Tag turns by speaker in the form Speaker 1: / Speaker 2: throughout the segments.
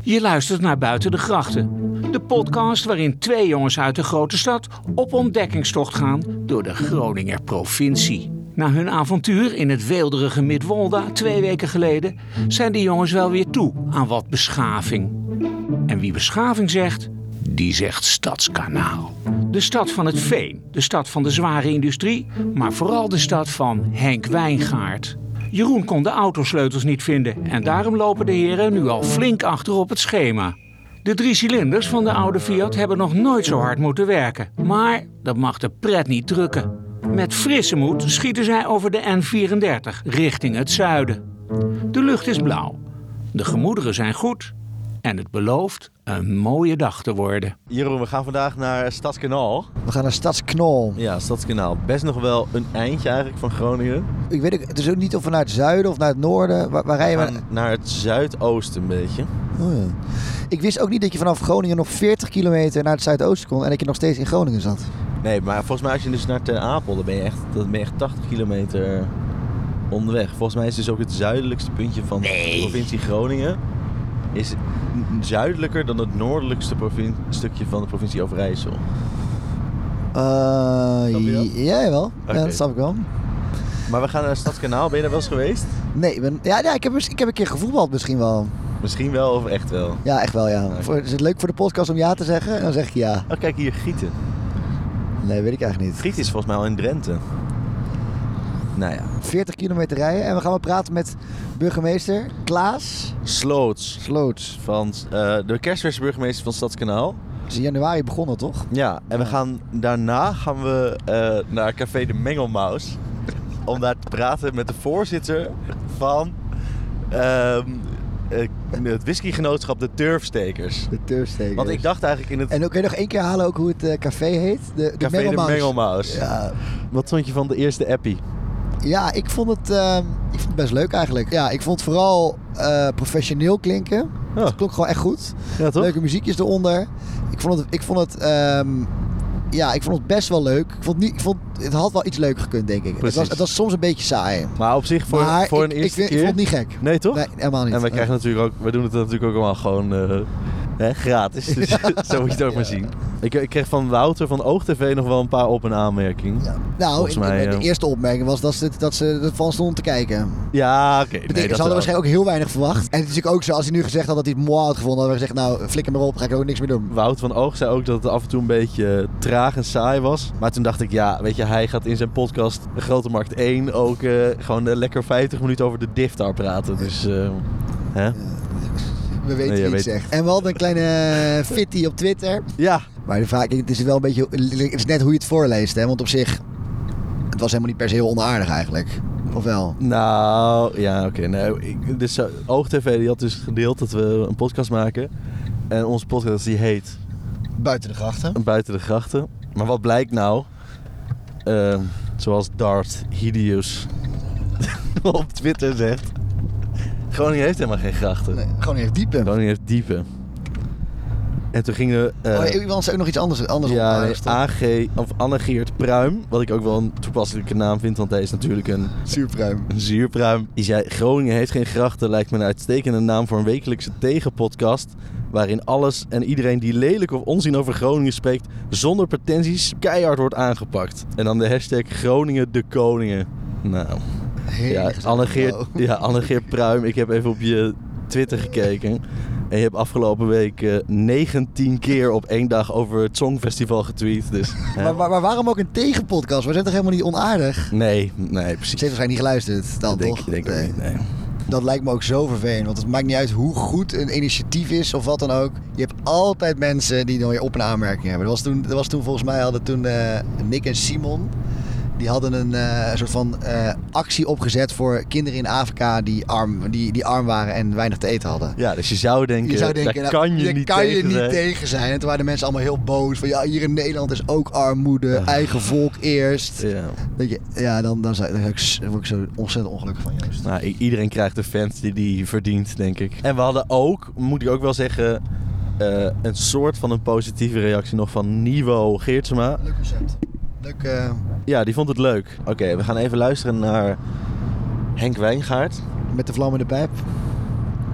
Speaker 1: Je luistert naar Buiten de Grachten. De podcast waarin twee jongens uit de grote stad op ontdekkingstocht gaan door de Groninger provincie. Na hun avontuur in het weelderige Midwolda twee weken geleden zijn de jongens wel weer toe aan wat beschaving. En wie beschaving zegt, die zegt Stadskanaal. De stad van het veen, de stad van de zware industrie, maar vooral de stad van Henk Wijngaard. Jeroen kon de autosleutels niet vinden en daarom lopen de heren nu al flink achter op het schema. De drie cilinders van de oude Fiat hebben nog nooit zo hard moeten werken, maar dat mag de pret niet drukken. Met frisse moed schieten zij over de N34 richting het zuiden. De lucht is blauw, de gemoederen zijn goed en het belooft een mooie dag te worden.
Speaker 2: Jeroen, we gaan vandaag naar Stadskanaal.
Speaker 3: We gaan naar Stadsknol.
Speaker 2: Ja, Stadskanaal. Best nog wel een eindje eigenlijk van Groningen.
Speaker 3: Ik weet ook, het is ook niet of we naar het zuiden of naar het noorden. Waar, waar rijden we?
Speaker 2: Gaan naar het zuidoosten een beetje.
Speaker 3: Oh ja. Ik wist ook niet dat je vanaf Groningen nog 40 kilometer naar het zuidoosten kon en dat je nog steeds in Groningen zat.
Speaker 2: Nee, maar volgens mij als je dus naar Ter Apel, dan ben je echt, dan ben je echt 80 kilometer onderweg. Volgens mij is dus ook het zuidelijkste puntje van de provincie Groningen... is n- zuidelijker dan het noordelijkste provin- stukje van de provincie Overijssel.
Speaker 3: Eh
Speaker 2: Snap je dat?
Speaker 3: ja, jawel.
Speaker 2: Oké.
Speaker 3: Ja, dat snap ik wel.
Speaker 2: Maar we gaan naar Stadskanaal. Ben je daar wel eens geweest?
Speaker 3: Nee, ik ben, ja, ja ik, heb, eens- ik heb een keer gevoetbald misschien wel.
Speaker 2: Misschien wel of echt wel.
Speaker 3: Ja, echt wel ja.
Speaker 2: Oké.
Speaker 3: Voor- is het leuk voor de podcast om ja te zeggen? En dan zeg ik ja.
Speaker 2: Oh, kijk hier, Gieten.
Speaker 3: Nee, weet ik eigenlijk niet.
Speaker 2: Gieten is volgens mij al in Drenthe. Nou ja,
Speaker 3: 40 kilometer rijden en we gaan wel praten met burgemeester Klaas
Speaker 2: Sloots.
Speaker 3: Sloots.
Speaker 2: van eh, de kerstverse burgemeester van Stadskanaal.
Speaker 3: Dat is in januari begonnen toch?
Speaker 2: Ja, en we gaan, daarna gaan we eh, naar Café de Mengelmaus. Om daar te praten met de voorzitter van ehm, eh, het whiskygenootschap De Turfstekers.
Speaker 3: De Thursday.
Speaker 2: Want ik dacht eigenlijk in het
Speaker 3: En dan kun je nog één keer halen ook hoe het eh, café heet? De, de
Speaker 2: Café
Speaker 3: Mengelmaus.
Speaker 2: de Mengelmaus.
Speaker 3: Ja,
Speaker 2: Wat vond je van de eerste appie?
Speaker 3: Ja, ik vond het, ehm, ik vond het best leuk eigenlijk. Ja, ik vond het vooral eh, professioneel klinken.
Speaker 2: Ja.
Speaker 3: Het klonk gewoon echt goed.
Speaker 2: Ja, toch?
Speaker 3: Leuke muziekjes eronder. Ik vond het, ik vond het, ehm, ja, ik vond het best wel leuk. Ik vond niet, ik vond, het had wel iets leuker gekund, denk ik. Het
Speaker 2: Precies.
Speaker 3: was, het was soms een beetje saai.
Speaker 2: Maar op zich voor,
Speaker 3: maar
Speaker 2: voor
Speaker 3: ik,
Speaker 2: een eerste
Speaker 3: ik, vind-
Speaker 2: keer...
Speaker 3: ik vond het niet gek.
Speaker 2: Nee, toch?
Speaker 3: Nee, helemaal niet.
Speaker 2: En wij krijgen natuurlijk ook, wij doen het natuurlijk ook allemaal gewoon eh, hè, gratis. Dus zo moet je het ook maar zien. Ik, ik kreeg van Wouter van OogTV nog wel een paar op- en aanmerking. Ja,
Speaker 3: Ja. Nou,
Speaker 2: Volgens
Speaker 3: in- in-
Speaker 2: mij,
Speaker 3: de
Speaker 2: eh,
Speaker 3: eerste opmerking was dat ze, dat ze ervan stonden te kijken.
Speaker 2: oké. nee,
Speaker 3: Betekent, ze
Speaker 2: dat eh,
Speaker 3: hadden
Speaker 2: wel.
Speaker 3: waarschijnlijk ook heel weinig verwacht. En het is natuurlijk ook zo, als hij nu gezegd had dat hij het mooi had gevonden, hadden we gezegd, nou, flikker maar op, ga ik ook niks meer doen.
Speaker 2: Wout van Oog zei ook dat het af en toe een beetje traag en saai was. Maar toen dacht ik, ja, weet je, hij gaat in zijn podcast Grote Markt 1 ook eh, gewoon eh, lekker 50 minuten over de diftar praten. Dus, eh, hè?
Speaker 3: We
Speaker 2: Nee,
Speaker 3: weten
Speaker 2: jij
Speaker 3: wie het
Speaker 2: weet-
Speaker 3: zegt. En we hadden een kleine eh, fitty op Twitter.
Speaker 2: Ja,
Speaker 3: Maar de vraag, het is wel een beetje, het is net hoe je het voorleest, hè? Want op zich, het was helemaal niet per se heel onaardig eigenlijk. Of wel?
Speaker 2: Nou, ja, oké. Nou, ik- dus zo- OogTV die had dus gedeeld dat we een podcast maken. En onze podcast die heet
Speaker 3: Buiten de grachten.
Speaker 2: Buiten de Grachten. Maar wat blijkt nou? Ehm, zoals Dart Hideous op Twitter zegt. Groningen heeft helemaal geen grachten.
Speaker 3: Nee, gewoon even diepen.
Speaker 2: Groningen heeft diepen. En toen gingen we... eh,
Speaker 3: oh, iemand zei ook nog iets anders, anders
Speaker 2: ja, eh, nee,
Speaker 3: onaardigs, toch?
Speaker 2: AG, of Anne-Geert Pruim. Wat ik ook wel een toepasselijke naam vind, want hij is natuurlijk een
Speaker 3: Zuurpruim.
Speaker 2: een Zuurpruim. Die zei: Groningen heeft geen grachten. Lijkt me een uitstekende naam voor een wekelijkse tegenpodcast. Waarin alles en iedereen die lelijk of onzin over Groningen spreekt. zonder pretenties keihard wordt aangepakt. En dan de hashtag Groningen de Koningen. Nou, ja,
Speaker 3: Heerlijk.
Speaker 2: Annegeert
Speaker 3: Wow.
Speaker 2: ja, Annegeert Pruim. Ik heb even op je Twitter gekeken. En je hebt afgelopen week eh, 19 keer op één dag over het Songfestival getweet. Dus, hè?
Speaker 3: Maar, maar, maar waarom ook een tegenpodcast? We zijn toch helemaal niet onaardig? Ze
Speaker 2: Nee, nee, precies.
Speaker 3: heeft waarschijnlijk niet geluisterd dan,
Speaker 2: Dat denk,
Speaker 3: toch?
Speaker 2: denk ik
Speaker 3: Nee.
Speaker 2: niet, nee.
Speaker 3: Dat lijkt me ook zo vervelend. Want het maakt niet uit hoe goed een initiatief is of wat dan ook. Je hebt altijd mensen die dan weer op een aanmerking hebben. Dat was toen, dat was toen volgens mij hadden toen eh, Nick en Simon. Die hadden een eh, soort van eh, actie opgezet voor kinderen in Afrika die arm, die, die arm waren en weinig te eten hadden.
Speaker 2: Ja, dus je zou denken,
Speaker 3: Je zou denken,
Speaker 2: daar
Speaker 3: nou,
Speaker 2: kan je,
Speaker 3: daar
Speaker 2: niet,
Speaker 3: kan
Speaker 2: tegen
Speaker 3: je
Speaker 2: zijn.
Speaker 3: niet tegen zijn. En toen waren de mensen allemaal heel boos. Van ja, hier in Nederland is ook armoede, eigen volk eerst.
Speaker 2: Ja.
Speaker 3: Weet je, ja, dan, dan, zou, dan zou ik s- word ik zo ontzettend ongelukkig van juist.
Speaker 2: Nou, i- iedereen krijgt de fans die die verdient, denk ik. En we hadden ook, moet ik ook wel zeggen, eh, een soort van een positieve reactie nog van Nivo Geertsma.
Speaker 3: Leuk concept. Leuk. eh,
Speaker 2: Ja, die vond het leuk. Oké, we gaan even luisteren naar Henk Wijngaard.
Speaker 3: Met de vlammende pijp.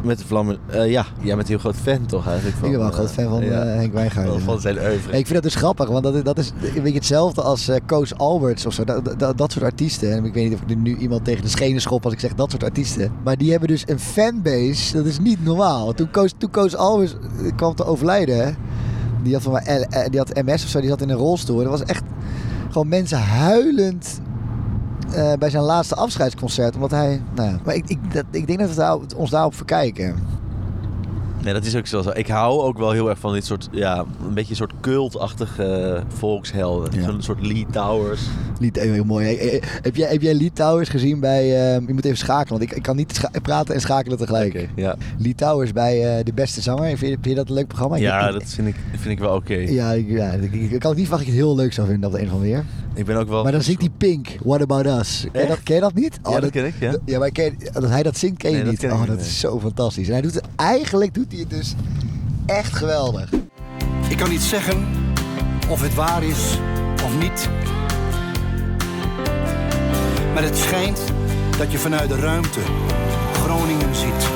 Speaker 2: Met de vlammen. eh, ja, jij bent heel groot fan toch eigenlijk?
Speaker 3: Ik ben wel een
Speaker 2: eh,
Speaker 3: groot fan van
Speaker 2: ja.
Speaker 3: eh, Henk Wijngaard.
Speaker 2: Wel
Speaker 3: ja.
Speaker 2: Van zijn oeuvre.
Speaker 3: Ik vind dat dus grappig, want dat is, dat is een beetje hetzelfde als eh, Coach Alberts of zo. Dat, dat, dat soort artiesten. En ik weet niet of ik er nu iemand tegen de schenen schop als ik zeg dat soort artiesten. Maar die hebben dus een fanbase, dat is niet normaal. Toen Coach, toen Coach Alberts eh, kwam te overlijden, die had, van, mij L- eh, die had MS of zo, die zat in een rolstoel. Er was echt gewoon mensen huilend eh, bij zijn laatste afscheidsconcert. Omdat hij, nou ja. Maar ik, ik, dat, ik denk dat we daar, ons daarop verkijken.
Speaker 2: Nee, dat is ook zo. Ik hou ook wel heel erg van dit soort, ja, een beetje een soort cultachtige eh, volkshelden.
Speaker 3: Ja.
Speaker 2: Zo'n soort Lee Towers.
Speaker 3: Lied eh, heel mooi. Eh, eh, Heb jij, heb jij Lee Towers gezien bij... eh, je moet even schakelen, want ik, ik kan niet scha- praten en schakelen tegelijk.
Speaker 2: Ja,
Speaker 3: Lee Towers bij eh, De Beste Zanger. Vind je, vind je dat een leuk programma? Ik-
Speaker 2: ja
Speaker 3: ik-
Speaker 2: dat vind ik, vind ik wel oké.
Speaker 3: Ja, ik, ja, ik, ik- ik kan het niet vragen dat ik het heel leuk zou vinden op de een of andere manier.
Speaker 2: Ik ben ook wel...
Speaker 3: Maar dan zingt die Pink, What About Us. Ken je dat,
Speaker 2: Echt?
Speaker 3: ken je dat niet?
Speaker 2: Ja, dat ken ik, ja.
Speaker 3: Ja, maar ken je- dat hij dat zingt ken je
Speaker 2: Nee, dat
Speaker 3: niet.
Speaker 2: ken ik
Speaker 3: oh,
Speaker 2: niet,
Speaker 3: dat
Speaker 2: nee.
Speaker 3: is zo fantastisch. En hij doet het, eigenlijk doet hij het dus echt geweldig.
Speaker 4: Ik kan niet zeggen of het waar is of niet. Maar het schijnt dat je vanuit de ruimte Groningen ziet.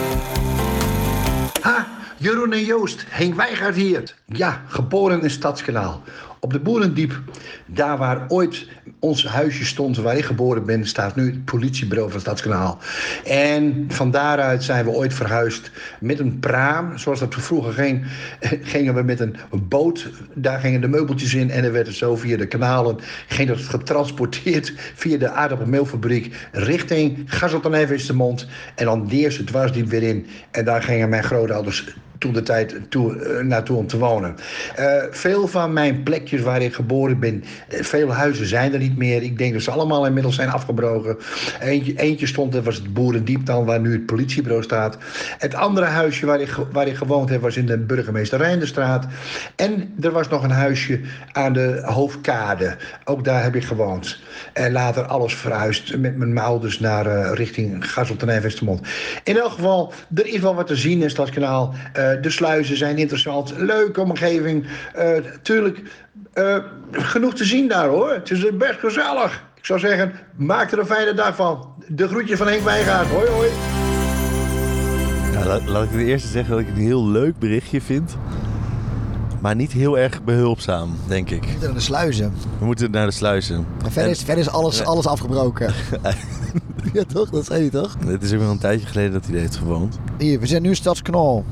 Speaker 5: Ha, Jeroen en Joost, Henk Weijgaard hier. Ja, geboren in Stadskanaal. Op de Boerendiep, daar waar ooit ons huisje stond, waar ik geboren ben, staat nu het politiebureau van Stadskanaal. En van daaruit zijn we ooit verhuisd met een praam. Zoals dat we vroeger ging, gingen we met een boot. Daar gingen de meubeltjes in en er werd het zo via de kanalen ging dat getransporteerd via de aardappelmeelfabriek richting Gazelton-Evenstermond. En dan deers het dwarsdiep weer in. En daar gingen mijn grootouders toen de tijd toe, eh, naartoe om te wonen. Eh, veel van mijn plekjes waar ik geboren ben, eh, veel huizen zijn er niet meer. Ik denk dat ze allemaal inmiddels zijn afgebroken. Eentje, eentje stond, dat was het Boerendiep dan, waar nu het politiebureau staat. Het andere huisje waar ik, ge- waar ik gewoond heb, was in de burgemeester Rijnderstraat. En er was nog een huisje aan de Hoofdkade. Ook daar heb ik gewoond. En later alles verhuisd met mijn ouders naar eh, richting Gazeltenij-Westermond. In elk geval, er is wel wat te zien in Stadskanaal. Eh, de sluizen zijn interessant. Leuke omgeving. Eh, tuurlijk, eh, genoeg te zien daar hoor. Het is best gezellig. Ik zou zeggen, maak er een fijne dag van. De groetjes van Henk Wijngaard. Hoi hoi.
Speaker 2: Ja, laat, laat ik het eerste zeggen dat ik het een heel leuk berichtje vind. Maar niet heel erg behulpzaam, denk ik.
Speaker 3: De sluizen.
Speaker 2: We moeten naar de sluizen.
Speaker 3: En verder is, verder is alles, alles afgebroken. ja toch? Dat zei je toch?
Speaker 2: En het is ook wel een tijdje geleden dat hij heeft gewoond.
Speaker 3: Hier, we zijn nu in Stadsknol.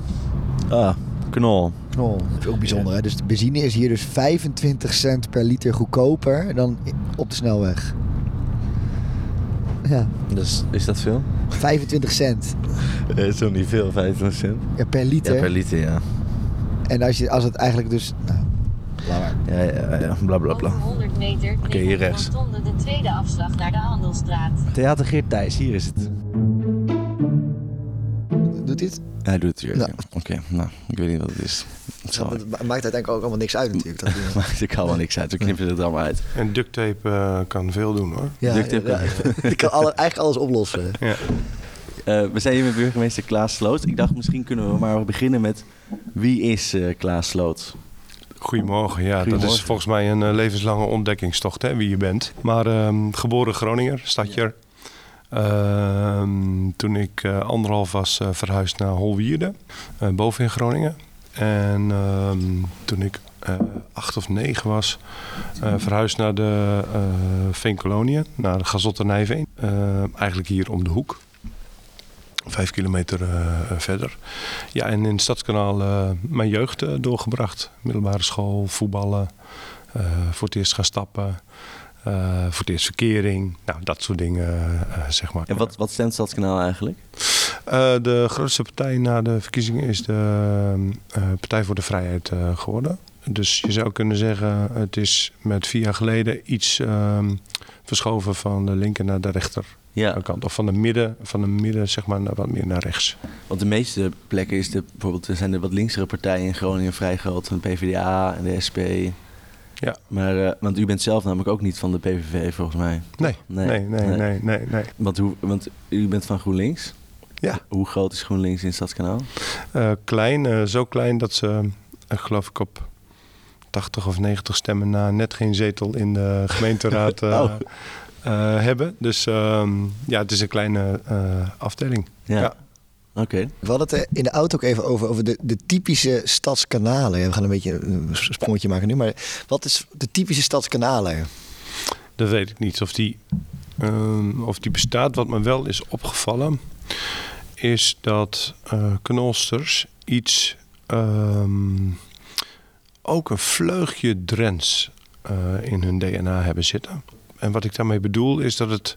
Speaker 2: Ah, knol.
Speaker 3: Knol. Oh, Dat is ook bijzonder. Hè? Dus de benzine is hier dus 25 cent per liter goedkoper dan op de snelweg. Ja,
Speaker 2: Dus, is dat veel?
Speaker 3: 25 cent
Speaker 2: Het is toch niet Eh, veel, 25 cent?
Speaker 3: ja, per liter.
Speaker 2: Ja, per liter, ja.
Speaker 3: En als, je, als het eigenlijk dus... Nou, laat maar.
Speaker 2: Ja, ja, ja. Bla, bla, bla.
Speaker 6: Over 100 meter
Speaker 2: Oké, hier
Speaker 6: neemt de
Speaker 2: rechts.
Speaker 6: rotonde de tweede afslag naar de Handelstraat.
Speaker 2: Theater Geert Thijs, hier is het.
Speaker 3: Doet dit?
Speaker 2: Hij doet het weer.
Speaker 3: Ja.
Speaker 2: ja. Oké, nou, ik weet niet wat het is. Het zal-
Speaker 3: dat maakt uiteindelijk ook allemaal niks uit natuurlijk. Dat doen we.
Speaker 2: Maakt ik allemaal niks uit, we knippen het allemaal uit.
Speaker 7: En duct tape eh, kan veel doen hoor.
Speaker 3: ja,
Speaker 2: Duct tape.
Speaker 3: ja. ik kan alle, eigenlijk alles oplossen.
Speaker 2: Eh, we zijn hier met burgemeester Klaas Sloot. Ik dacht, misschien kunnen we maar beginnen met... Wie is eh, Klaas Sloot?
Speaker 7: Goedemorgen, ja, dat is
Speaker 2: Goedemorgen.
Speaker 7: volgens mij een eh, levenslange ontdekkingstocht, hè, wie je bent. Maar ehm, geboren Groninger, stadjer. Ehm, toen ik eh, anderhalf was, eh, verhuisd naar Holwierde, eh, boven in Groningen. En ehm, toen ik eh, acht of negen was, eh, verhuisd naar de eh Veenkoloniën, naar de Gazotternijveen. Eh, eigenlijk hier om de hoek. Vijf kilometer eh, verder. Ja, en in het Stadskanaal eh, mijn jeugd eh, doorgebracht. Middelbare school, voetballen, eh, voor het eerst gaan stappen, eh, voor het eerst verkering. Nou, dat soort dingen, eh, zeg maar.
Speaker 2: En wat, wat stemt Stadskanaal eigenlijk?
Speaker 7: Eh, de grootste partij na de verkiezingen is de eh, Partij voor de Vrijheid eh, geworden. Dus je zou kunnen zeggen, het is met vier jaar geleden iets ehm, verschoven van de linker naar de rechterkant.
Speaker 2: Ja,
Speaker 7: Of van de midden, van de midden zeg maar, naar, wat meer naar rechts.
Speaker 2: want de meeste plekken is de, bijvoorbeeld, er zijn de wat linksere partijen in Groningen vrij groot. De PvdA en de SP.
Speaker 7: Ja.
Speaker 2: Maar, eh, want u bent zelf namelijk ook niet van de PVV volgens mij.
Speaker 7: Nee,
Speaker 2: Nee,
Speaker 7: nee, nee, nee,
Speaker 2: nee.
Speaker 7: nee. nee,
Speaker 2: Want, hoe, want u bent van GroenLinks.
Speaker 7: Ja.
Speaker 2: Hoe groot is GroenLinks in Stadskanaal?
Speaker 7: Eh, klein, eh, zo klein dat ze, eh, geloof ik, op 80 of 90 stemmen na net geen zetel in de gemeenteraad eh,
Speaker 2: Oh.
Speaker 7: eh, hebben. Dus ehm, ja, het is een kleine eh, afdeling. Ja.
Speaker 2: Oké.
Speaker 3: We hadden het eh, in de auto ook even over, over de, de typische stadskanalen. Ja, We gaan een beetje een sprongetje maken nu, maar wat is de typische stadskanalen?
Speaker 7: Dat weet ik niet. Of die, ehm, of die bestaat. Wat me wel is opgevallen, is dat eh knolsters iets. ehm, ook een vleugje Drents eh, in hun DNA hebben zitten. En wat ik daarmee bedoel is dat het.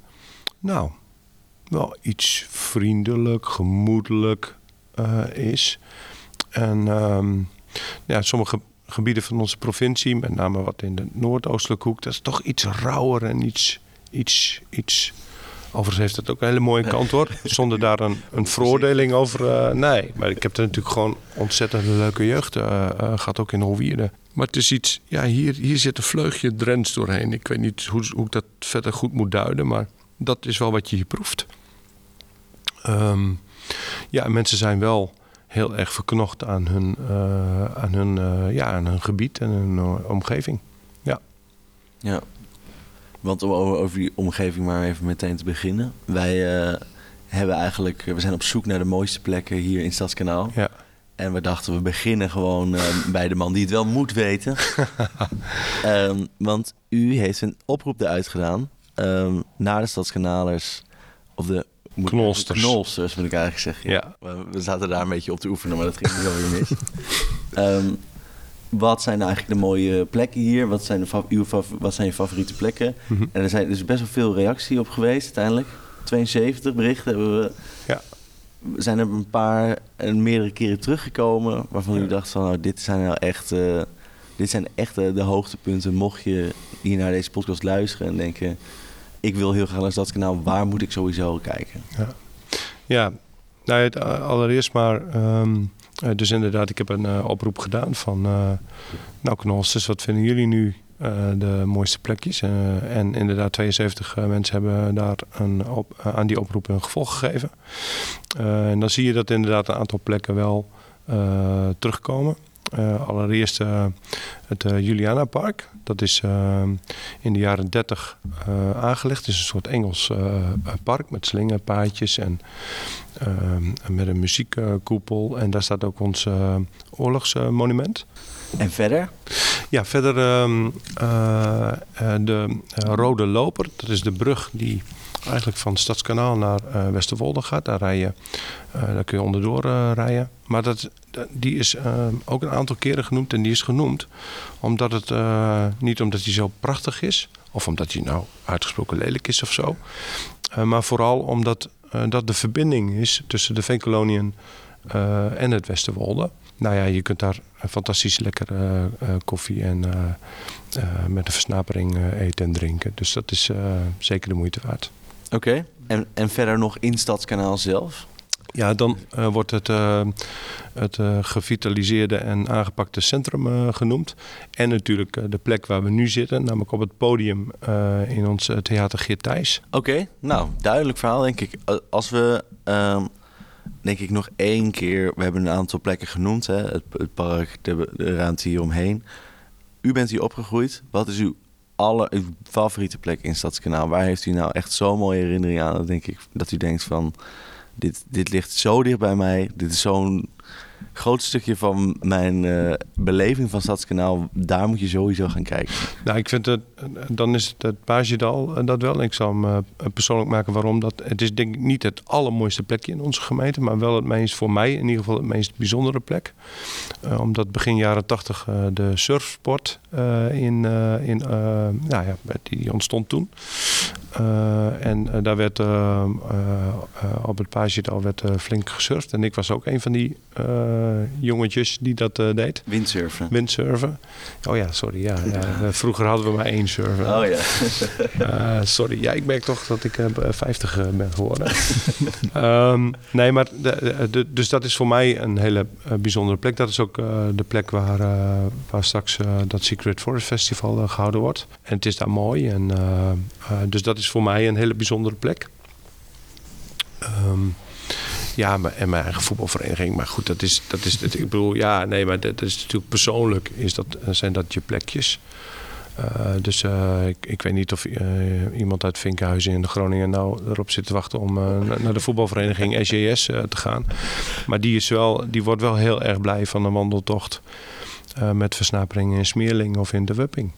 Speaker 7: Nou, wel iets vriendelijk, gemoedelijk eh, is. En ehm, ja, sommige gebieden van onze provincie, met name wat in de noordoostelijke hoek, dat is toch iets rauwer en iets. iets, iets Overigens heeft dat ook een hele mooie kant hoor. Zonder daar een, een veroordeling over. eh, nee, maar ik heb er natuurlijk gewoon ontzettend een leuke jeugd eh, eh, gehad, ook in Holwierde. Maar het is iets, ja, hier, hier zit een vleugje Drents doorheen. Ik weet niet hoe, hoe ik dat verder goed moet duiden, maar dat is wel wat je hier proeft. Ehm, ja, en mensen zijn wel heel erg verknocht aan hun, eh, aan hun, eh, ja, aan hun gebied en hun eh, omgeving. Ja.
Speaker 2: Ja. Want om over, over die omgeving maar even meteen te beginnen. Wij eh, hebben eigenlijk, we zijn op zoek naar de mooiste plekken hier in Stadskanaal.
Speaker 7: ja.
Speaker 2: En we dachten, we beginnen gewoon eh, bij de man die het wel moet weten. Ehm, want u heeft een oproep eruit gedaan ehm, naar de Stadskanalers. Of de moet-
Speaker 7: Knolsters.
Speaker 2: Knolsters, moet ik eigenlijk zeggen.
Speaker 7: Ja.
Speaker 2: We- We zaten daar een beetje op te oefenen, maar dat ging wel weer mis. Ehm, wat zijn nou eigenlijk de mooie plekken hier? Wat zijn, de fa- uw fa- wat zijn je favoriete plekken?
Speaker 7: Mhm.
Speaker 2: En er zijn dus best wel veel reactie op geweest uiteindelijk. 72 berichten hebben we.
Speaker 7: Ja.
Speaker 2: Zijn er een paar en meerdere keren teruggekomen waarvan u dacht van nou, dit zijn nou echt, eh, dit zijn echt eh, de hoogtepunten. Mocht je hier naar deze podcast luisteren en denken, ik wil heel graag naar Stadskanaal, waar moet ik sowieso kijken?
Speaker 7: Ja, nou, het, eh, allereerst maar. ehm, eh, dus inderdaad, ik heb een eh, oproep gedaan van. eh, nou, knolsters, wat vinden jullie nu eh, de mooiste plekjes? Eh, en inderdaad, 72 eh, mensen hebben daar een op, eh, aan die oproep een gevolg gegeven. Eh, en dan zie je dat inderdaad een aantal plekken wel eh, terugkomen. Eh, allereerst eh, het eh, Juliana Park. Dat is eh, in de jaren 30 eh, aangelegd. Het is een soort Engels eh, park met slingerpaadjes en eh, met een muziekkoepel. En daar staat ook ons eh, oorlogsmonument.
Speaker 2: En verder?
Speaker 7: Ja, verder ehm, eh, eh, de eh, Rode Loper. Dat is de brug die eigenlijk van Stadskanaal naar eh, Westerwolde gaat. Daar, rij je, eh, daar kun je onderdoor eh, rijden. Maar dat, dat- die is ehm, ook een aantal keren genoemd. En die is genoemd omdat het eh, niet omdat hij zo prachtig is. Of omdat hij nou uitgesproken lelijk is of zo. Eh, maar vooral omdat eh, dat de verbinding is tussen de Venkeloniën eh, en het Westerwolde. Nou ja, je kunt daar eh, fantastisch lekker eh, eh, koffie en eh, eh, met een versnapering eh, eten en drinken. Dus dat is eh, zeker de moeite waard.
Speaker 2: Oké. En, en verder nog in Stadskanaal zelf?
Speaker 7: Ja, dan eh, wordt het, eh, het eh, gevitaliseerde en aangepakte centrum eh, genoemd. En natuurlijk eh, de plek waar we nu zitten, namelijk op het podium eh, in ons eh, theater Geert Thijs.
Speaker 2: Oké, nou, duidelijk verhaal denk ik. A- Als we, ehm, denk ik, nog één keer... We hebben een aantal plekken genoemd, hè? Het, het park, de, de ruimte hieromheen. U bent hier opgegroeid. Wat is uw, aller, uw favoriete plek in Stadskanaal? Waar heeft u nou echt zo'n mooie herinnering aan? Dat, denk ik, dat u denkt van, dit, dit ligt zo dicht bij mij. Dit is zo'n groot stukje van mijn eh, beleving van Stadskanaal. Daar moet je sowieso gaan kijken.
Speaker 7: Nou, ik vind het, dan is het, het Pagedal eh, dat wel. Ik zal hem eh, persoonlijk maken waarom. Dat, het is denk ik niet het allermooiste plekje in onze gemeente, maar wel het meest, voor mij in ieder geval, het meest bijzondere plek. Eh, omdat begin jaren tachtig eh, de surfsport eh, in, eh, in eh, nou ja, die, die ontstond toen. Eh, en eh, daar werd eh, eh, eh, op het Pagedal werd eh, flink gesurfd. En ik was ook een van die eh, jongetjes die dat eh, deed.
Speaker 2: Windsurfen.
Speaker 7: Windsurfen. Oh ja, sorry. Ja, ja. Vroeger hadden we maar één surfer.
Speaker 2: Oh ja.
Speaker 7: Eh, sorry, ja, ik merk toch dat ik eh, b- eh, 50 eh, ben geworden. Ehm, nee, maar de, de- dus dat is voor mij een hele eh, bijzondere plek. Dat is ook eh, de plek waar, eh, waar straks eh, dat Secret Forest Festival eh, gehouden wordt. En het is daar mooi. En, eh, eh, dus dat is voor mij een hele bijzondere plek. Ehm, ja, maar- en mijn eigen voetbalvereniging. Maar goed, dat is, eh, dat is, ik bedoel, ja, nee, maar dat, dat is natuurlijk persoonlijk. Is dat, zijn dat je plekjes? Eh, dus eh, ik, ik weet niet of eh, iemand uit Vinkhuizen in Groningen nou erop zit te wachten om eh, na- naar de voetbalvereniging SJS eh, te gaan. Maar die, is wel, die wordt wel heel erg blij van een wandeltocht eh, met versnapering in Smeerling of in de Wupping.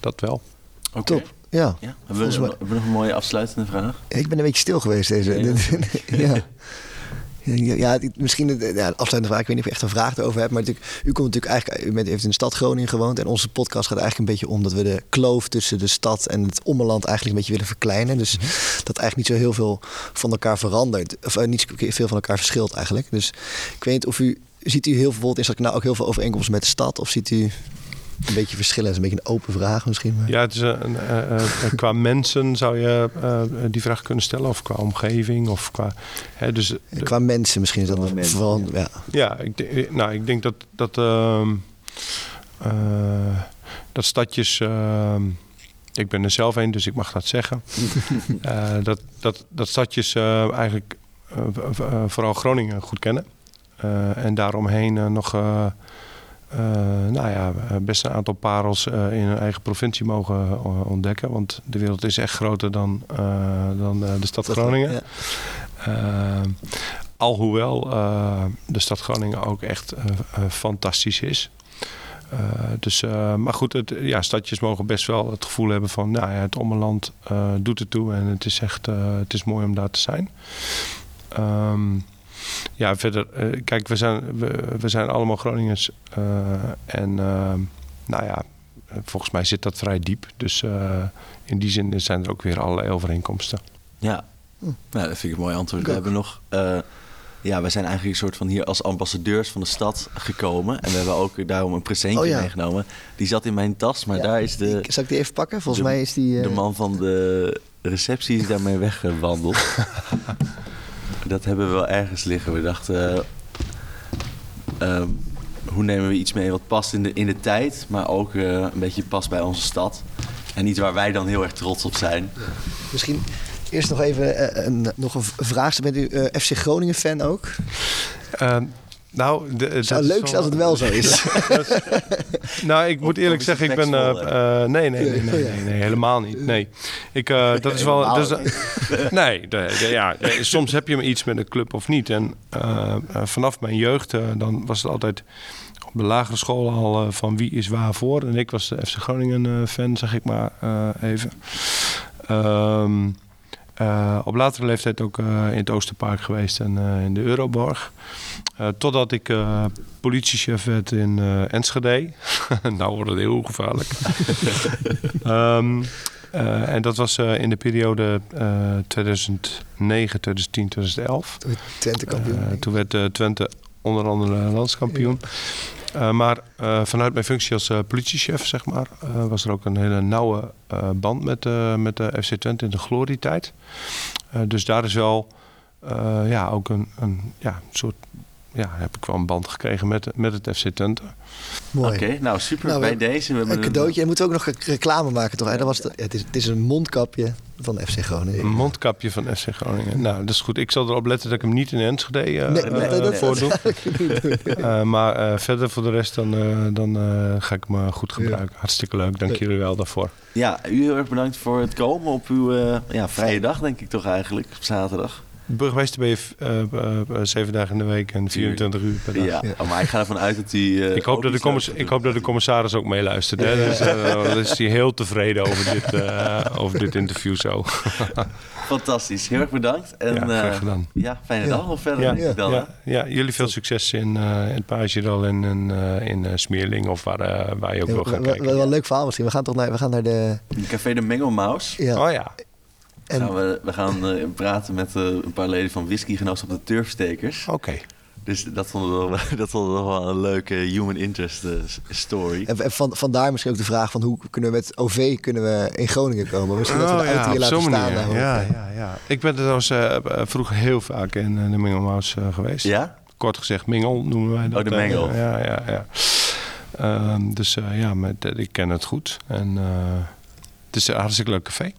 Speaker 7: Dat wel.
Speaker 2: Oké.
Speaker 3: Top. Ja,
Speaker 2: Ja, hebben we,
Speaker 3: Volgens mij-
Speaker 2: hebben we nog een mooie afsluitende vraag?
Speaker 3: ik ben een beetje stil geweest deze.
Speaker 2: Ja.
Speaker 3: ja. Ja, ja, het- misschien het- ja, de afsluitende vraag. Ik weet niet of je echt een vraag erover hebt. Maar natuurlijk, u komt natuurlijk eigenlijk. U bent, heeft in de stad Groningen gewoond. En onze podcast gaat eigenlijk een beetje om dat we de kloof tussen de stad en het ommeland eigenlijk een beetje willen verkleinen. Dus
Speaker 2: Mhm.
Speaker 3: dat eigenlijk niet zo heel veel van elkaar verandert. Of eh, niet zo veel van elkaar verschilt eigenlijk. Dus ik weet niet of u. Ziet u heel veel bijvoorbeeld in Stadkanaal ook heel veel overeenkomsten met de stad? Of ziet u een beetje verschillen? Dat is een beetje een open vraag misschien. Maar...
Speaker 7: Ja, het is een, eh, eh, eh, qua mensen zou je eh, die vraag kunnen stellen. Of qua omgeving. Of qua, hè, dus, de-
Speaker 3: Qua mensen misschien is dat
Speaker 2: Qua mensen,
Speaker 3: vooral. Ja.
Speaker 7: ja, ik, de- nou, ik denk dat, dat, ehm, eh, dat stadjes... ehm, ik ben er zelf een, dus ik mag dat zeggen. Eh, dat, dat, dat stadjes eh, eigenlijk eh, v- v- eh, vooral Groningen goed kennen. Eh, en daaromheen eh, nog... eh, eh, nou ja, eh, best een aantal parels eh, in hun eigen provincie mogen eh, ontdekken. Want de wereld is echt groter dan, eh, dan eh, de stad Groningen.
Speaker 3: Ja.
Speaker 7: Eh, alhoewel eh, de stad Groningen ook echt eh, eh, fantastisch is. Eh, dus, eh, maar goed, het, ja, stadjes mogen best wel het gevoel hebben van nou ja, het ommeland eh, doet het toe en het is echt eh, het is mooi om daar te zijn. Ehm, ja, verder, eh, kijk, we zijn, we, we zijn allemaal Groningers eh, en eh, nou ja, eh, volgens mij zit dat vrij diep. Dus eh, in die zin zijn er ook weer allerlei overeenkomsten.
Speaker 2: Ja, nou, dat vind ik een mooi antwoord. We hebben nog. eh, ja, we zijn eigenlijk een soort van hier als ambassadeurs van de stad gekomen. En we hebben ook daarom een presentje
Speaker 3: Oh, ja.
Speaker 2: meegenomen. Die zat in mijn tas, maar
Speaker 3: Ja,
Speaker 2: daar is de,
Speaker 3: Ik- zal ik die even pakken? Volgens
Speaker 2: de-
Speaker 3: mij is die. eh,
Speaker 2: de man van de receptie is daarmee weggewandeld. dat hebben we wel ergens liggen. We dachten, eh, ehm, hoe nemen we iets mee wat past in de, in de tijd, maar ook eh, een beetje past bij onze stad. En iets waar wij dan heel erg trots op zijn.
Speaker 3: Misschien eerst nog even eh, een, nog een v- vraag. Bent u eh, FC Groningen fan ook?
Speaker 7: Eh, nou, de,
Speaker 3: Het zou leuk zijn als het wel zo is.
Speaker 7: Nou, ik
Speaker 2: Of-
Speaker 7: moet
Speaker 2: of
Speaker 7: eerlijk
Speaker 2: is
Speaker 7: zeggen, ik
Speaker 2: het
Speaker 7: ben. eh
Speaker 2: tekstvolle?
Speaker 7: eh, nee, nee, nee, nee,
Speaker 3: Nee.
Speaker 7: nee, nee, nee, helemaal niet. Nee, ik, eh, dat is wel. Dat is, nee, de- de- ja, de- soms heb je maar iets met een club of niet. En eh, eh, vanaf mijn jeugd, eh, dan was het altijd op de lagere school al eh, van wie is waar voor. En ik was de FC Groningen eh, fan, zeg ik maar eh, even. Ehm, eh, op latere leeftijd ook eh, in het Oosterpark geweest en eh, in de Euroborg. Eh, totdat ik eh, politiechef werd in eh, Enschede. nou wordt het heel gevaarlijk. Ehm, eh, en dat was eh, in de periode eh, 2009, 2010, 2011.
Speaker 3: Twente
Speaker 7: Eh,
Speaker 3: kampioen.
Speaker 7: toen werd eh, Twente onder andere landskampioen. Eh, maar eh, vanuit mijn functie als eh, politiechef, zeg maar, eh, was er ook een hele nauwe eh, band met, eh, met de FC Twente in de glorietijd. Eh dus daar is wel eh, ja, ook een, een ja, soort. Ja, heb ik wel een band gekregen met, met het FC Twente.
Speaker 3: Mooi.
Speaker 2: Oké, Eh, nou super.
Speaker 3: Nou, we
Speaker 2: bij
Speaker 3: hebben
Speaker 2: deze. We hebben
Speaker 3: Een cadeautje. En moeten we ook nog rec- reclame maken, toch? hè? Dat was de- ja, het, is, het is een mondkapje van FC Groningen.
Speaker 7: Een mondkapje van FC Groningen. Nou, dat is goed. Ik zal erop letten dat ik hem niet in Enschede eh,
Speaker 3: Nee,
Speaker 7: eh,
Speaker 3: nee, dat- dat-
Speaker 7: voordoe. Eh, maar eh, verder voor de rest, dan, eh, dan eh, ga ik me goed gebruiken. Hartstikke leuk. Dank jullie wel daarvoor.
Speaker 2: Ja, u heel erg bedankt voor het komen op uw eh, ja, vrije dag, denk ik toch eigenlijk, op zaterdag.
Speaker 7: Burgemeester ben je eh, eh, eh, zeven dagen in de week en 24 uur per dag.
Speaker 2: Ja, oh, maar ik ga ervan uit dat u... eh,
Speaker 7: Ik, hoop
Speaker 2: ook
Speaker 7: dat de
Speaker 2: iets
Speaker 7: commis-
Speaker 2: leuks
Speaker 7: ik
Speaker 2: gaat
Speaker 7: hoop dat de commissaris ook meeluistert. Hè? Dus, eh, dan is hij heel tevreden over dit, eh, over dit interview zo.
Speaker 2: doen. Fantastisch, heel erg bedankt. En,
Speaker 7: Ja, graag
Speaker 2: eh,
Speaker 7: gedaan.
Speaker 2: ja, fijne dag of verder
Speaker 7: Ja,
Speaker 2: denk ik dan. eh, hè?
Speaker 7: ja, ja, jullie veel succes in, eh in het Pagedal en in, eh, in eh, Smeerling of waar, eh, waar je ook wil
Speaker 3: Wel,
Speaker 7: gaan
Speaker 3: wel- wel-
Speaker 7: kijken.
Speaker 3: wel een leuk verhaal misschien. We gaan toch naar, we gaan naar de...
Speaker 2: In Café de Mengelmaus.
Speaker 3: Ja.
Speaker 7: Oh ja,
Speaker 3: En-
Speaker 2: Gaan we, we gaan eh, praten met eh, een paar leden van Whisky op de Turfstekers.
Speaker 3: Oh.
Speaker 7: oké.
Speaker 2: Dus dat vonden we, wel- dat vonden we wel een leuke human interest eh, s- story.
Speaker 3: En en van, vandaar misschien ook de vraag van hoe kunnen we met OV kunnen we in Groningen komen? Misschien dat we de auto hier
Speaker 7: Oh op
Speaker 3: laten
Speaker 7: zo'n
Speaker 3: staan. eh,
Speaker 7: manier.
Speaker 3: daar ook.
Speaker 7: Ja, ja, ja. Ik ben er trouwens eh, eh, vroeger heel vaak in eh, de Mengelmaus eh, geweest.
Speaker 2: Ja?
Speaker 7: Kort gezegd, Mingel noemen wij dat.
Speaker 2: Oh, de
Speaker 7: eh,
Speaker 2: Mengel.
Speaker 7: ja, ja, ja. Ehm, dus eh, ja, maar dat- ik ken het goed. En eh, het is een hartstikke leuk café.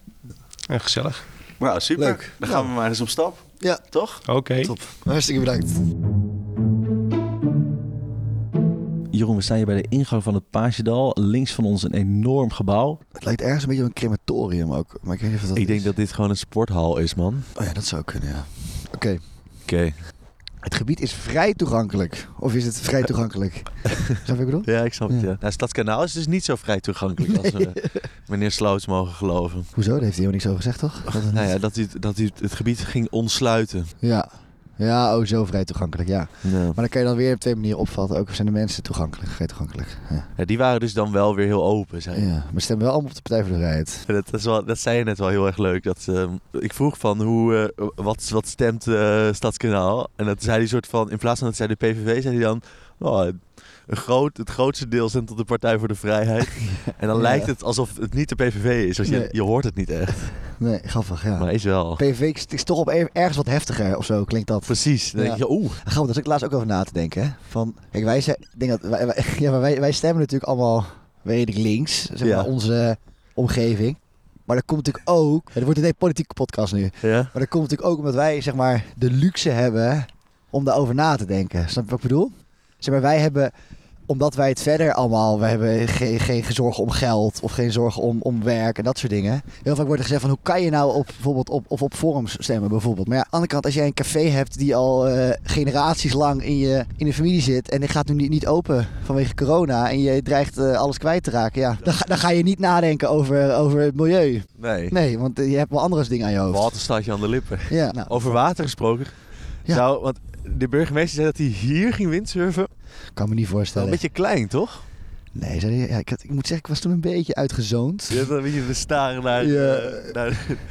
Speaker 7: En gezellig.
Speaker 2: Nou, super.
Speaker 3: Leuk.
Speaker 2: Dan
Speaker 3: Ja.
Speaker 2: gaan we maar eens op stap,
Speaker 3: Ja,
Speaker 2: toch?
Speaker 7: Oké.
Speaker 3: top. Hartstikke bedankt.
Speaker 8: Jeroen, we staan hier bij de ingang van het Paasjedal. Links van ons een enorm gebouw.
Speaker 3: Het lijkt ergens een beetje op een crematorium ook. Maar ik weet niet of dat
Speaker 8: Ik denk
Speaker 3: is.
Speaker 8: dat dit gewoon een sporthal is, man.
Speaker 3: Oh ja, dat zou kunnen, ja. Oké.
Speaker 8: Oké.
Speaker 3: Het gebied is vrij toegankelijk. Of is het
Speaker 8: Eh.
Speaker 3: vrij toegankelijk? Snap je wat ik bedoel?
Speaker 8: Ja, ik snap het.
Speaker 3: Ja.
Speaker 8: Ja. Nou, Stadskanaal is dus niet zo vrij toegankelijk als we meneer Sloots mogen geloven.
Speaker 3: Hoezo? Daar heeft hij helemaal niks over gezegd, toch? Dat-
Speaker 8: Nou ja, dat hij, dat hij het gebied ging ontsluiten.
Speaker 3: ja. Ja, oh, zo vrij toegankelijk, ja.
Speaker 8: Ja.
Speaker 3: Maar dan kan je dan weer op twee manieren opvatten. Ook zijn de mensen toegankelijk, vrij toegankelijk. Ja.
Speaker 8: Ja, die waren dus dan wel weer heel open. Zei.
Speaker 3: ja. Maar stemmen wel allemaal op de Partij voor de Vrijheid.
Speaker 8: En Dat, is wel, dat zei je net wel heel erg leuk. Dat, ehm, ik vroeg van hoe, eh, wat, wat stemt eh, Stadskanaal? En dat zei hij soort van, in plaats van dat zei de PVV, zei hij dan... "Oh, een groot, het grootste deel stemt op de Partij voor de Vrijheid. En dan
Speaker 3: Ja.
Speaker 8: lijkt het alsof het niet de PVV is. want je,
Speaker 3: Nee.
Speaker 8: je hoort het niet echt,
Speaker 3: Nee, grappig, ja.
Speaker 8: maar is wel.
Speaker 3: PVV is- is toch op er- ergens wat heftiger of zo, klinkt dat.
Speaker 8: Precies. Dan denk je, oeh.
Speaker 3: Grappig, daar zat ik laatst ook over na te denken. hè. Van, kijk, wij, zijn, ik denk dat, wij, wij- ja, maar wij, wij stemmen natuurlijk allemaal redelijk links, zeg maar,
Speaker 8: Ja.
Speaker 3: onze omgeving. Maar dat komt natuurlijk ook, het wordt een hele politieke podcast nu,
Speaker 8: Ja.
Speaker 3: maar dat komt natuurlijk ook omdat wij zeg maar, de luxe hebben om daarover na te denken. Snap je wat ik bedoel? Zeg maar, wij hebben, omdat wij het verder allemaal, we hebben geen, geen zorgen om geld of geen zorgen om, om werk en dat soort dingen. Heel vaak wordt er gezegd van hoe kan je nou op bijvoorbeeld op, of op forums stemmen bijvoorbeeld. Maar ja, aan de andere kant, als jij een café hebt die al eh, generaties lang in je in de familie zit en die gaat nu niet, niet open vanwege corona en je dreigt eh, alles kwijt te raken, ja, dan, ga- dan ga je niet nadenken over, over het milieu.
Speaker 8: Nee.
Speaker 3: Nee, want eh, je hebt wel andere dingen aan je hoofd.
Speaker 8: Waterstaatje aan de lippen.
Speaker 3: Ja, nou,
Speaker 8: Over water gesproken.
Speaker 3: Ja.
Speaker 8: Zou, want de burgemeester zei dat hij hier ging windsurfen.
Speaker 3: kan me niet
Speaker 8: Wel
Speaker 3: voorstellen.
Speaker 8: een beetje klein, toch?
Speaker 3: Nee, zei hij- ja, ik, had- ik moet zeggen, ik was toen een beetje uitgezoond.
Speaker 8: Je hebt een beetje te staren naar,
Speaker 3: Ja.
Speaker 8: eh, naar,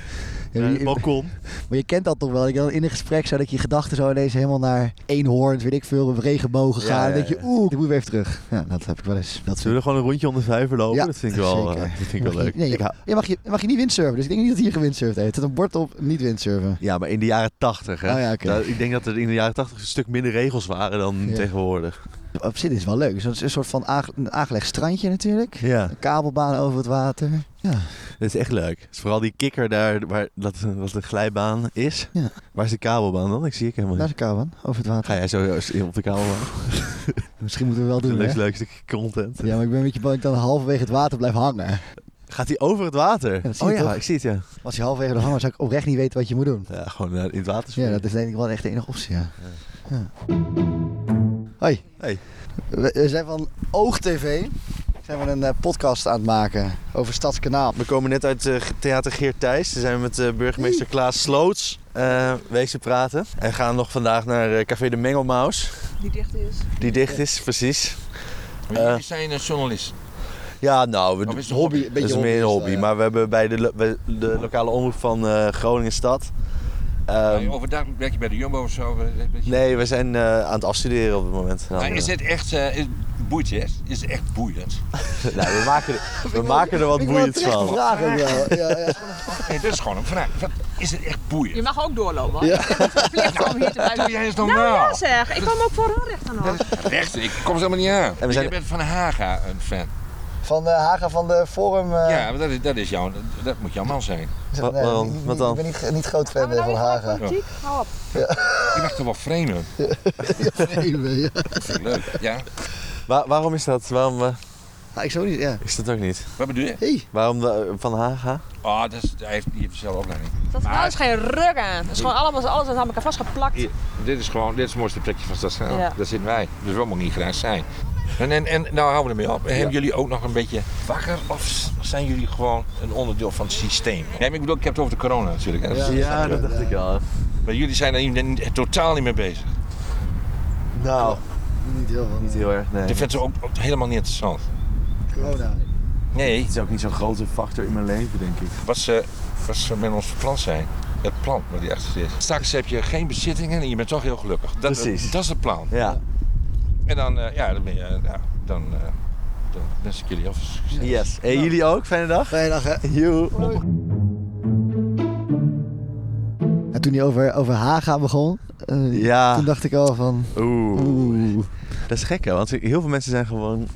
Speaker 3: Ja,
Speaker 8: naar
Speaker 3: je-
Speaker 8: het balkon.
Speaker 3: maar je kent dat toch wel? Ik dan in een gesprek zou dat je gedachten zo ineens helemaal naar eenhoorn, weet ik veel, regenbogen
Speaker 8: Ja,
Speaker 3: gaan.
Speaker 8: ja,
Speaker 3: dan denk je,
Speaker 8: ja.
Speaker 3: oeh, dit moet weer even terug. Ja, dat heb ik wel eens. Dat
Speaker 8: Zullen we gewoon een rondje om de vijver lopen?
Speaker 3: Ja,
Speaker 8: dat vind ik wel,
Speaker 3: zeker.
Speaker 8: eh, dat vind ik wel
Speaker 3: Mag je-
Speaker 8: leuk.
Speaker 3: nee,
Speaker 8: Ik hou-
Speaker 3: je, mag je, mag je niet windsurfen, dus ik denk niet dat hij hier gewindsurfd heeft. Het een bord op, niet windsurfen.
Speaker 8: ja, maar in de jaren tachtig.
Speaker 3: Oh ja, oké.
Speaker 8: Ik denk dat er in de jaren tachtig een stuk minder regels waren dan
Speaker 3: Ja.
Speaker 8: tegenwoordig.
Speaker 3: Op zich is het wel leuk. Dus dat is een soort van aange- een aangelegd strandje natuurlijk.
Speaker 8: Ja,
Speaker 3: Een kabelbaan over het water. Ja,
Speaker 8: dat is echt leuk. Dus vooral die kikker daar, waar dat, dat de glijbaan is.
Speaker 3: Ja. Nou,
Speaker 8: Waar is de kabelbaan dan? Ik zie ik helemaal
Speaker 3: daar is
Speaker 8: niet.
Speaker 3: een kabelbaan over het water.
Speaker 8: Ga jij zo op de kabelbaan?
Speaker 3: Misschien moeten we wel
Speaker 8: Het
Speaker 3: doen, hè?
Speaker 8: leukste, leukste content.
Speaker 3: Ja, maar ik ben een beetje bang dat ik dan halverwege het water blijf hangen.
Speaker 8: Gaat hij over het water?
Speaker 3: dat zie
Speaker 8: oh
Speaker 3: je
Speaker 8: ja,
Speaker 3: toch?
Speaker 8: ik zie het ja.
Speaker 3: Als je halverwege de hangen zou ik oprecht niet weten wat je moet doen.
Speaker 8: Ja, gewoon eh, in het water
Speaker 3: Ja,
Speaker 8: springen.
Speaker 3: dat is denk ik wel echt de enige optie, ja. Ja. Hoi.
Speaker 8: Hey.
Speaker 3: We, we zijn van Oog TV zijn we een eh, podcast aan het maken over Stadskanaal.
Speaker 8: We komen net uit eh, Theater Geert Thijs. Daar zijn we met eh, burgemeester Klaas Sloots eh wezen praten. En gaan nog vandaag naar eh, Café de Mengelmaus. Die dicht is. Die dicht is, precies. Eh, Ehm.
Speaker 9: Jullie zijn een journalist.
Speaker 8: ja, nou, we,
Speaker 9: Of is het een
Speaker 3: hobby? Een beetje eh,
Speaker 8: dat is
Speaker 3: hobby
Speaker 8: meer een
Speaker 3: is
Speaker 8: hobby.
Speaker 3: dat, ja.
Speaker 8: Maar we hebben bij de, lo- bij de lokale omroep van eh, Groningen Stad... ehm,
Speaker 9: Nee, overdag werk je bij de Jumbo of zo. weet- weet je.
Speaker 8: nee, we zijn eh, aan het afstuderen op het moment. Nou,
Speaker 9: Maar is dit echt eh, is, boeit je? het? Is het echt boeiend?
Speaker 8: Nou, we maken, er- we maken er wat boeiends van.
Speaker 3: Vraag ook wel. Ja, ja.
Speaker 9: Nee, dat is gewoon een vraag. Wat, is het echt
Speaker 6: Je
Speaker 9: boeiend?
Speaker 6: mag ook doorlopen. hoor. Ik ben verplicht om hier te blijven.
Speaker 9: Doe jij eens
Speaker 6: Nou
Speaker 9: normaal.
Speaker 6: ja zeg, ik kom ook voor hun recht aan hoor.
Speaker 9: Echt, ik kom ze helemaal niet aan.
Speaker 8: we zijn-
Speaker 9: En Jij bent van Haga een fan.
Speaker 3: Van eh, Haga van de Forum. eh,
Speaker 9: Ja, maar dat, is, dat, is jouw, dat moet jouw man zijn.
Speaker 3: zegt,
Speaker 8: Wat-
Speaker 3: nee,
Speaker 8: wat dan?
Speaker 3: niet- niet-
Speaker 8: Wat dan?
Speaker 3: Ik ben niet, niet groot
Speaker 6: Gaan
Speaker 3: fan
Speaker 6: we
Speaker 3: eh,
Speaker 6: nou
Speaker 3: van
Speaker 6: weer over
Speaker 3: Haga.
Speaker 6: politiek? Hou op.
Speaker 9: Je mag toch wel framen?
Speaker 3: Ja.
Speaker 9: Dat vind ik leuk. Ja?
Speaker 8: Wa- waarom is dat? Waarom eh,
Speaker 3: Ah, ik zou niet, ja.
Speaker 8: is dat ook niet?
Speaker 9: Wat bedoel je?
Speaker 3: Hey.
Speaker 8: Waarom de- Van Haga?
Speaker 9: Oh, dat is, hij heeft, die heeft dezelfde opleiding.
Speaker 6: Dat
Speaker 9: Maar-
Speaker 6: nou is geen ruk aan. Dat is gewoon allemaal, alles aan elkaar vastgeplakt.
Speaker 9: Hier, dit is gewoon dit is het mooiste plekje van Stadskanaal.
Speaker 6: Ja.
Speaker 9: Daar zitten wij. Dus we mogen niet graag zijn. En, en, en nou houden we ermee op. Hebben jullie ook nog een beetje wakker of s- zijn jullie gewoon een onderdeel van het systeem? Nee, maar ik bedoel, ik heb het over de corona natuurlijk. hè. Dus-
Speaker 8: Ja, dat dacht ik al.
Speaker 9: Maar jullie zijn daar niet- niet- totaal niet mee bezig.
Speaker 8: Nou,
Speaker 3: Niet heel van
Speaker 8: niet heel erg, nee.
Speaker 9: Dat vindt ze ook, ook helemaal niet interessant.
Speaker 3: corona.
Speaker 9: Nee,
Speaker 8: is ook niet zo'n grote factor in mijn leven, denk ik.
Speaker 9: wat ze, wat ze met ons plan zijn. Het plan waar die achter zit. Straks heb je geen bezittingen en je bent toch heel gelukkig. Dat,
Speaker 8: Precies.
Speaker 9: Dat is het plan.
Speaker 8: Ja,
Speaker 9: En dan, eh, ja, dan ben je, eh, ja, dan, eh, dan wens ik jullie heel veel succes.
Speaker 8: yes. En jullie ook, Nou. fijne dag.
Speaker 3: Vrijdag, hè?
Speaker 8: Joe.
Speaker 3: En toen hij over, over Haga begon, eh,
Speaker 8: Ja.
Speaker 3: toen dacht ik al van...
Speaker 8: Oeh.
Speaker 3: Oeh.
Speaker 8: Dat is gek, hè, want heel veel mensen zijn gewoon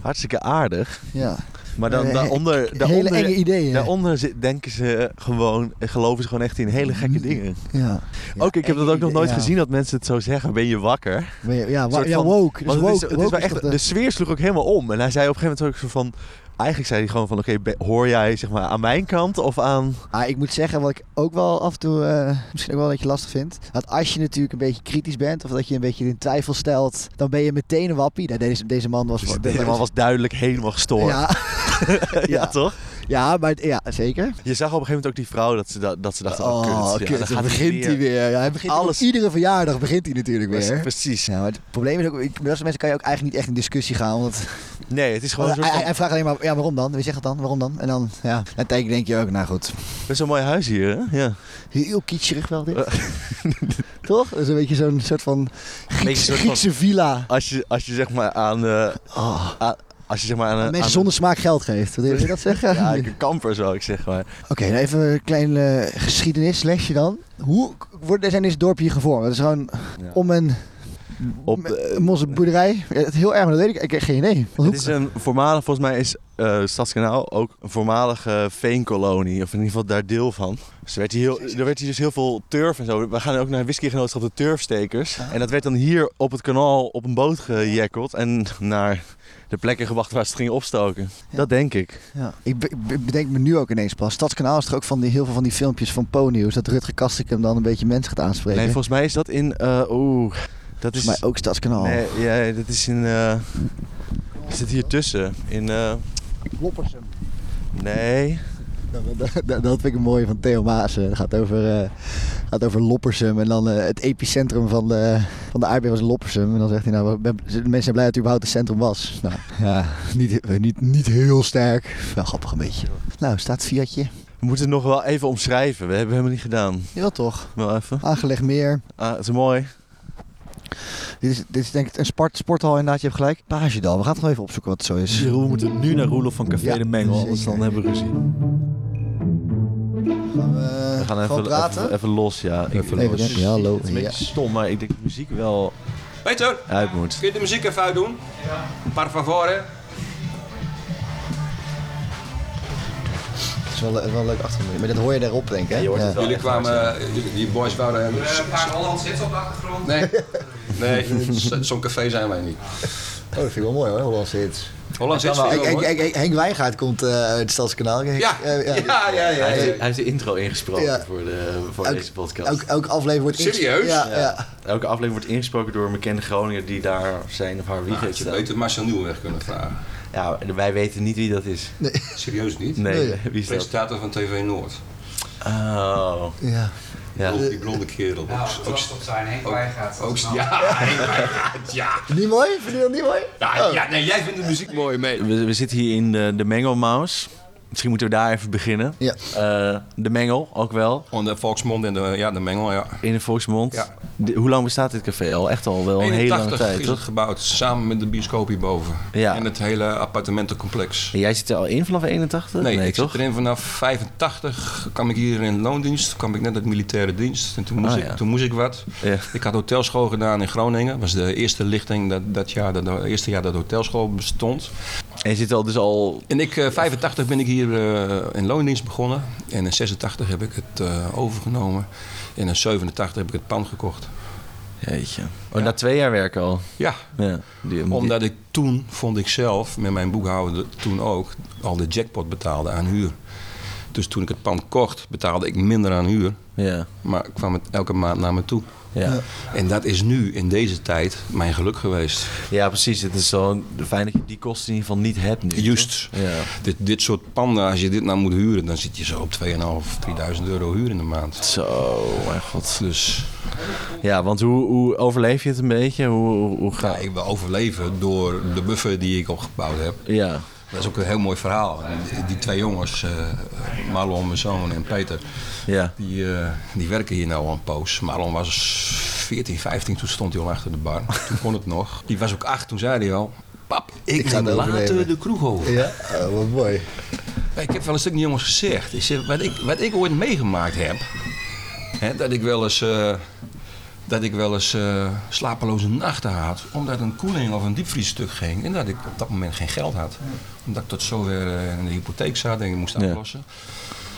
Speaker 8: hartstikke aardig.
Speaker 3: Ja.
Speaker 8: Maar dan
Speaker 2: Eh,
Speaker 8: daaronder,
Speaker 2: hele
Speaker 8: daaronder,
Speaker 2: enge ideeën.
Speaker 8: daaronder zit- denken ze gewoon, geloven ze gewoon echt in hele gekke dingen.
Speaker 3: Ja.
Speaker 8: ook, ik heb dat ook nog nooit
Speaker 3: ja.
Speaker 8: gezien dat mensen het zo zeggen. Ben je wakker?
Speaker 3: Ben je- ja,
Speaker 8: Een
Speaker 3: wa-
Speaker 8: soort
Speaker 3: ja, woke. Dus
Speaker 8: want het
Speaker 3: woke-
Speaker 8: is, het is
Speaker 3: woke
Speaker 8: wel
Speaker 3: is
Speaker 8: echt, dus-
Speaker 3: toch
Speaker 8: de...
Speaker 3: de-
Speaker 8: sfeer sloeg ook helemaal om. En hij zei op een gegeven moment ook zo van... Eigenlijk zei hij gewoon van, oké, be- hoor jij zeg maar aan mijn kant of aan...
Speaker 3: Ah, ik moet zeggen, wat ik ook wel af en toe eh, misschien ook wel een beetje lastig vind. Dat als je natuurlijk een beetje kritisch bent of dat je een beetje in twijfel stelt, dan ben je meteen een wappie. Nou, deze, deze man was...
Speaker 8: Dus deze man was duidelijk helemaal gestoord.
Speaker 3: Ja.
Speaker 8: ja, toch?
Speaker 3: Ja, maar het- ja, zeker.
Speaker 8: Je zag op een gegeven moment ook die vrouw dat ze, da- dat ze dacht, oh,
Speaker 3: Oh,
Speaker 8: kut.
Speaker 3: kut,
Speaker 8: ja,
Speaker 3: dan
Speaker 8: daar gaat
Speaker 3: begint hij weer. Ja, hij begint Alles. iedere verjaardag begint hij natuurlijk
Speaker 8: Precies,
Speaker 3: weer.
Speaker 8: Precies.
Speaker 3: Ja, maar het probleem is ook, ik, met dat soort mensen kan je ook eigenlijk niet echt in discussie gaan. Omdat,
Speaker 8: Nee, het is gewoon
Speaker 3: want
Speaker 8: zo'n
Speaker 3: Oh, hij, hij, hij vraagt alleen maar, ja, waarom dan? Wie zegt het dan? Waarom dan? En dan, ja, en uiteindelijk denk je ook, nou goed.
Speaker 8: Best wel een mooi huis hier, hè? Ja.
Speaker 3: Heel kitscherig wel dit. Toch? Dat is een beetje zo'n soort van Griekse, Griekse villa. Oh,
Speaker 8: Als je, als je zeg maar aan... eh, aan- als je zeg maar aan... een-
Speaker 3: Mensen
Speaker 8: aan-
Speaker 3: zonder smaak geld geeft. Wil je wil je dat zeggen?
Speaker 8: Ja, ik een kamper zou ik zeg maar.
Speaker 3: Oké, nou even een klein eh, geschiedenislesje dan. Hoe wordt, zijn deze dorpje hier gevormd? Het is gewoon om een,
Speaker 8: Op,
Speaker 3: een mosse boerderij. Ja, het is heel erg, maar dat weet ik. Ik heb geen idee. Want
Speaker 8: Het
Speaker 3: hoe-
Speaker 8: is een voormalig, volgens mij is eh Stadskanaal ook een voormalige veenkolonie. Of in ieder geval daar deel van. Dus er werd hier, heel, er werd hier dus heel veel turf en zo. We gaan ook naar een whiskygenootschap de turfstekers.
Speaker 3: Ah.
Speaker 8: En dat werd dan hier op het kanaal op een boot gejekkeld. En naar de plekken gebracht waar ze het gingen opstoken. Dat denk ik.
Speaker 3: Ja. Ik be- be- bedenk me nu ook ineens pas. Stadskanaal is toch ook van die, heel veel van die filmpjes van Ponyus. Dat Rutger Kastrikum dan een beetje mensen gaat aanspreken.
Speaker 8: Nee, volgens mij is dat in... eh Oeh, dat is...
Speaker 3: Volgens mij ook Stadskanaal.
Speaker 8: Nee, ja, dat is in... eh zit hier tussen. In... eh,
Speaker 3: Loppersum.
Speaker 8: nee...
Speaker 3: Dat, dat- dat- dat vind ik mooi van Theo Maassen. Het gaat over, eh, gaat over Loppersum. En dan eh, het epicentrum van de, van de aardbeving was Loppersum. En dan zegt hij, nou, we- we- de mensen zijn blij dat het überhaupt een centrum was. Nou, ja, niet, eh, niet, niet heel sterk. Wel grappig een beetje. Nou, staat Fiatje.
Speaker 8: We moeten het nog wel even omschrijven. We hebben helemaal niet gedaan.
Speaker 3: Ja, toch.
Speaker 8: Wel even.
Speaker 3: Aangelegd meer.
Speaker 8: Ah, het is mooi.
Speaker 3: Dit is, dit is denk ik een sport, sporthal inderdaad. Je hebt gelijk. Pagedal. We gaan het nog even opzoeken wat het zo is.
Speaker 2: Jeroen, we moeten nu naar Roelof van Café
Speaker 3: Ja,
Speaker 2: de Mengel, anders
Speaker 3: zeker.
Speaker 2: dan hebben we ruzie.
Speaker 3: eh, Gaan
Speaker 9: eh,
Speaker 8: We
Speaker 3: gewoon
Speaker 8: gaan even,
Speaker 3: praten?
Speaker 8: even, even los, ja. Ik
Speaker 2: Even
Speaker 8: los.
Speaker 3: Even denken, ja, hallo.
Speaker 8: Het is een beetje
Speaker 3: Ja.
Speaker 8: stom, maar ik denk dat de muziek wel
Speaker 9: Peter,
Speaker 8: uit moet.
Speaker 9: kun je de muziek even uitdoen? Ja. Par favore.
Speaker 3: Het is wel, wel een leuk achtergrond. Maar dat hoor je daarop, denk ik. Hè?
Speaker 9: jullie kwamen, eh, jullie, die boys waren... een paar Holland zitten op de achtergrond. Nee, nee z- zo'n café zijn wij niet.
Speaker 3: Oh, dat vind ik wel mooi hoor, Hollandse hits.
Speaker 9: Hollandse hits vind ik wel
Speaker 3: Henk- Henk- Henk- Henk Wijngaard komt eh, uit het Stadskanaal. Henk.
Speaker 9: Ja.
Speaker 3: Eh,
Speaker 9: Ja, ja, ja, ja.
Speaker 8: Hij, heeft, hij heeft de intro ingesproken
Speaker 3: Ja.
Speaker 8: voor, de, voor
Speaker 3: Elk-
Speaker 8: deze podcast.
Speaker 3: Elk, elke aflevering wordt inges-
Speaker 9: Serieus?
Speaker 3: Ja, ja.
Speaker 8: Elke aflevering wordt ingesproken door een bekende Groninger die daar zijn of haar wieg
Speaker 3: Ah,
Speaker 9: Nou,
Speaker 8: heeft
Speaker 9: je
Speaker 8: staan.
Speaker 9: beter Marcel Nieuwenweg kunnen vragen.
Speaker 8: Ja, wij weten niet wie dat is.
Speaker 9: Serieus niet?
Speaker 8: Nee, wie is dat?
Speaker 9: Presentator van TV Noord.
Speaker 8: Oh.
Speaker 3: Ja.
Speaker 8: Ja.
Speaker 9: Die blonde kerel.
Speaker 10: Nou,
Speaker 9: Ook-
Speaker 10: het
Speaker 9: ook-
Speaker 10: was toch zijn Henk
Speaker 9: ook-
Speaker 10: Wijngaard.
Speaker 9: ook-
Speaker 10: Nou.
Speaker 9: Ja, Henk Wijngaard, ja.
Speaker 3: Niet mooi? Vind je dat niet mooi?
Speaker 9: Ja, ja, nee, jij vindt de muziek mooi mee.
Speaker 8: We, we zitten hier in de, de Mengel Mouse. Misschien moeten we daar even beginnen.
Speaker 3: Ja.
Speaker 8: Eh, de Mengel ook wel.
Speaker 9: Onder Volksmond en de, ja, de Mengel, ja.
Speaker 8: In de Volksmond.
Speaker 9: Ja.
Speaker 8: De- hoe lang bestaat dit café al? Echt al wel een hele lange
Speaker 9: 81
Speaker 8: tijd,
Speaker 9: is
Speaker 8: toch?
Speaker 9: het gebouwd, samen met de bioscoop hierboven.
Speaker 8: Ja.
Speaker 9: En het hele appartementencomplex.
Speaker 8: En jij zit er al in vanaf 81?
Speaker 9: Nee, ik
Speaker 8: toch?
Speaker 9: zit erin vanaf 85. kwam ik hier in loondienst. Toen kwam ik net uit militaire dienst. En toen moest,
Speaker 8: Ah,
Speaker 9: ik,
Speaker 8: ja.
Speaker 9: toen moest ik wat. Ik had hotelschool gedaan in Groningen. Dat was de eerste lichting dat, dat jaar, dat, dat eerste jaar dat hotelschool bestond.
Speaker 8: En je zit al dus al...
Speaker 9: En ik, eh, 85 ben ik hier eh, in loondienst begonnen. En in 86 heb ik het eh, overgenomen. En in 87 heb ik het pand gekocht.
Speaker 8: Jeetje. Oh, na twee jaar werken al?
Speaker 9: Ja.
Speaker 8: ja die-
Speaker 9: Omdat ik toen, vond ik zelf, met mijn boekhouder toen ook, al de jackpot betaalde aan huur. Dus toen ik het pand kocht, betaalde ik minder aan huur.
Speaker 8: Ja.
Speaker 9: Maar kwam het elke maand naar me toe.
Speaker 8: Ja.
Speaker 9: En dat is nu, in deze tijd, mijn geluk geweest.
Speaker 8: Ja, precies. Het is zo fijn dat je die kosten in ieder geval niet hebt nu.
Speaker 9: Juist. Dit, dit soort panden, als je dit nou moet huren, dan zit je zo op 2.500, 3.000 euro huur in de maand.
Speaker 8: Zo, mijn god.
Speaker 9: Dus...
Speaker 8: Ja, want hoe, hoe overleef je het een beetje? Hoe, hoe, hoe ga
Speaker 9: ik wil overleven door de buffer die ik opgebouwd heb.
Speaker 8: Ja.
Speaker 9: Dat is ook een heel mooi verhaal. Die, die twee jongens, eh, Marlon, mijn zoon en Peter,
Speaker 8: ja.
Speaker 9: die, eh, die werken hier nou al een poos. Marlon was 14, 15, toen stond hij al achter de bar. Toen kon het nog. Die was ook acht, toen zei hij al, pap, ik,
Speaker 3: Ik ga
Speaker 9: neem
Speaker 3: het
Speaker 9: later
Speaker 3: overleven."
Speaker 9: de kroeg over.
Speaker 3: Ja, oh, wat mooi.
Speaker 9: Ik heb wel een stuk jongens gezegd. Ik zeg, wat, ik, wat ik ooit meegemaakt heb, hè, dat ik wel eens. eh, dat ik wel eens eh, slapeloze nachten had. Omdat een koeling of een diepvries stuk ging. En dat ik op dat moment geen geld had. Omdat ik tot zover eh, in de hypotheek zat en ik moest
Speaker 2: Ja.
Speaker 9: aflossen.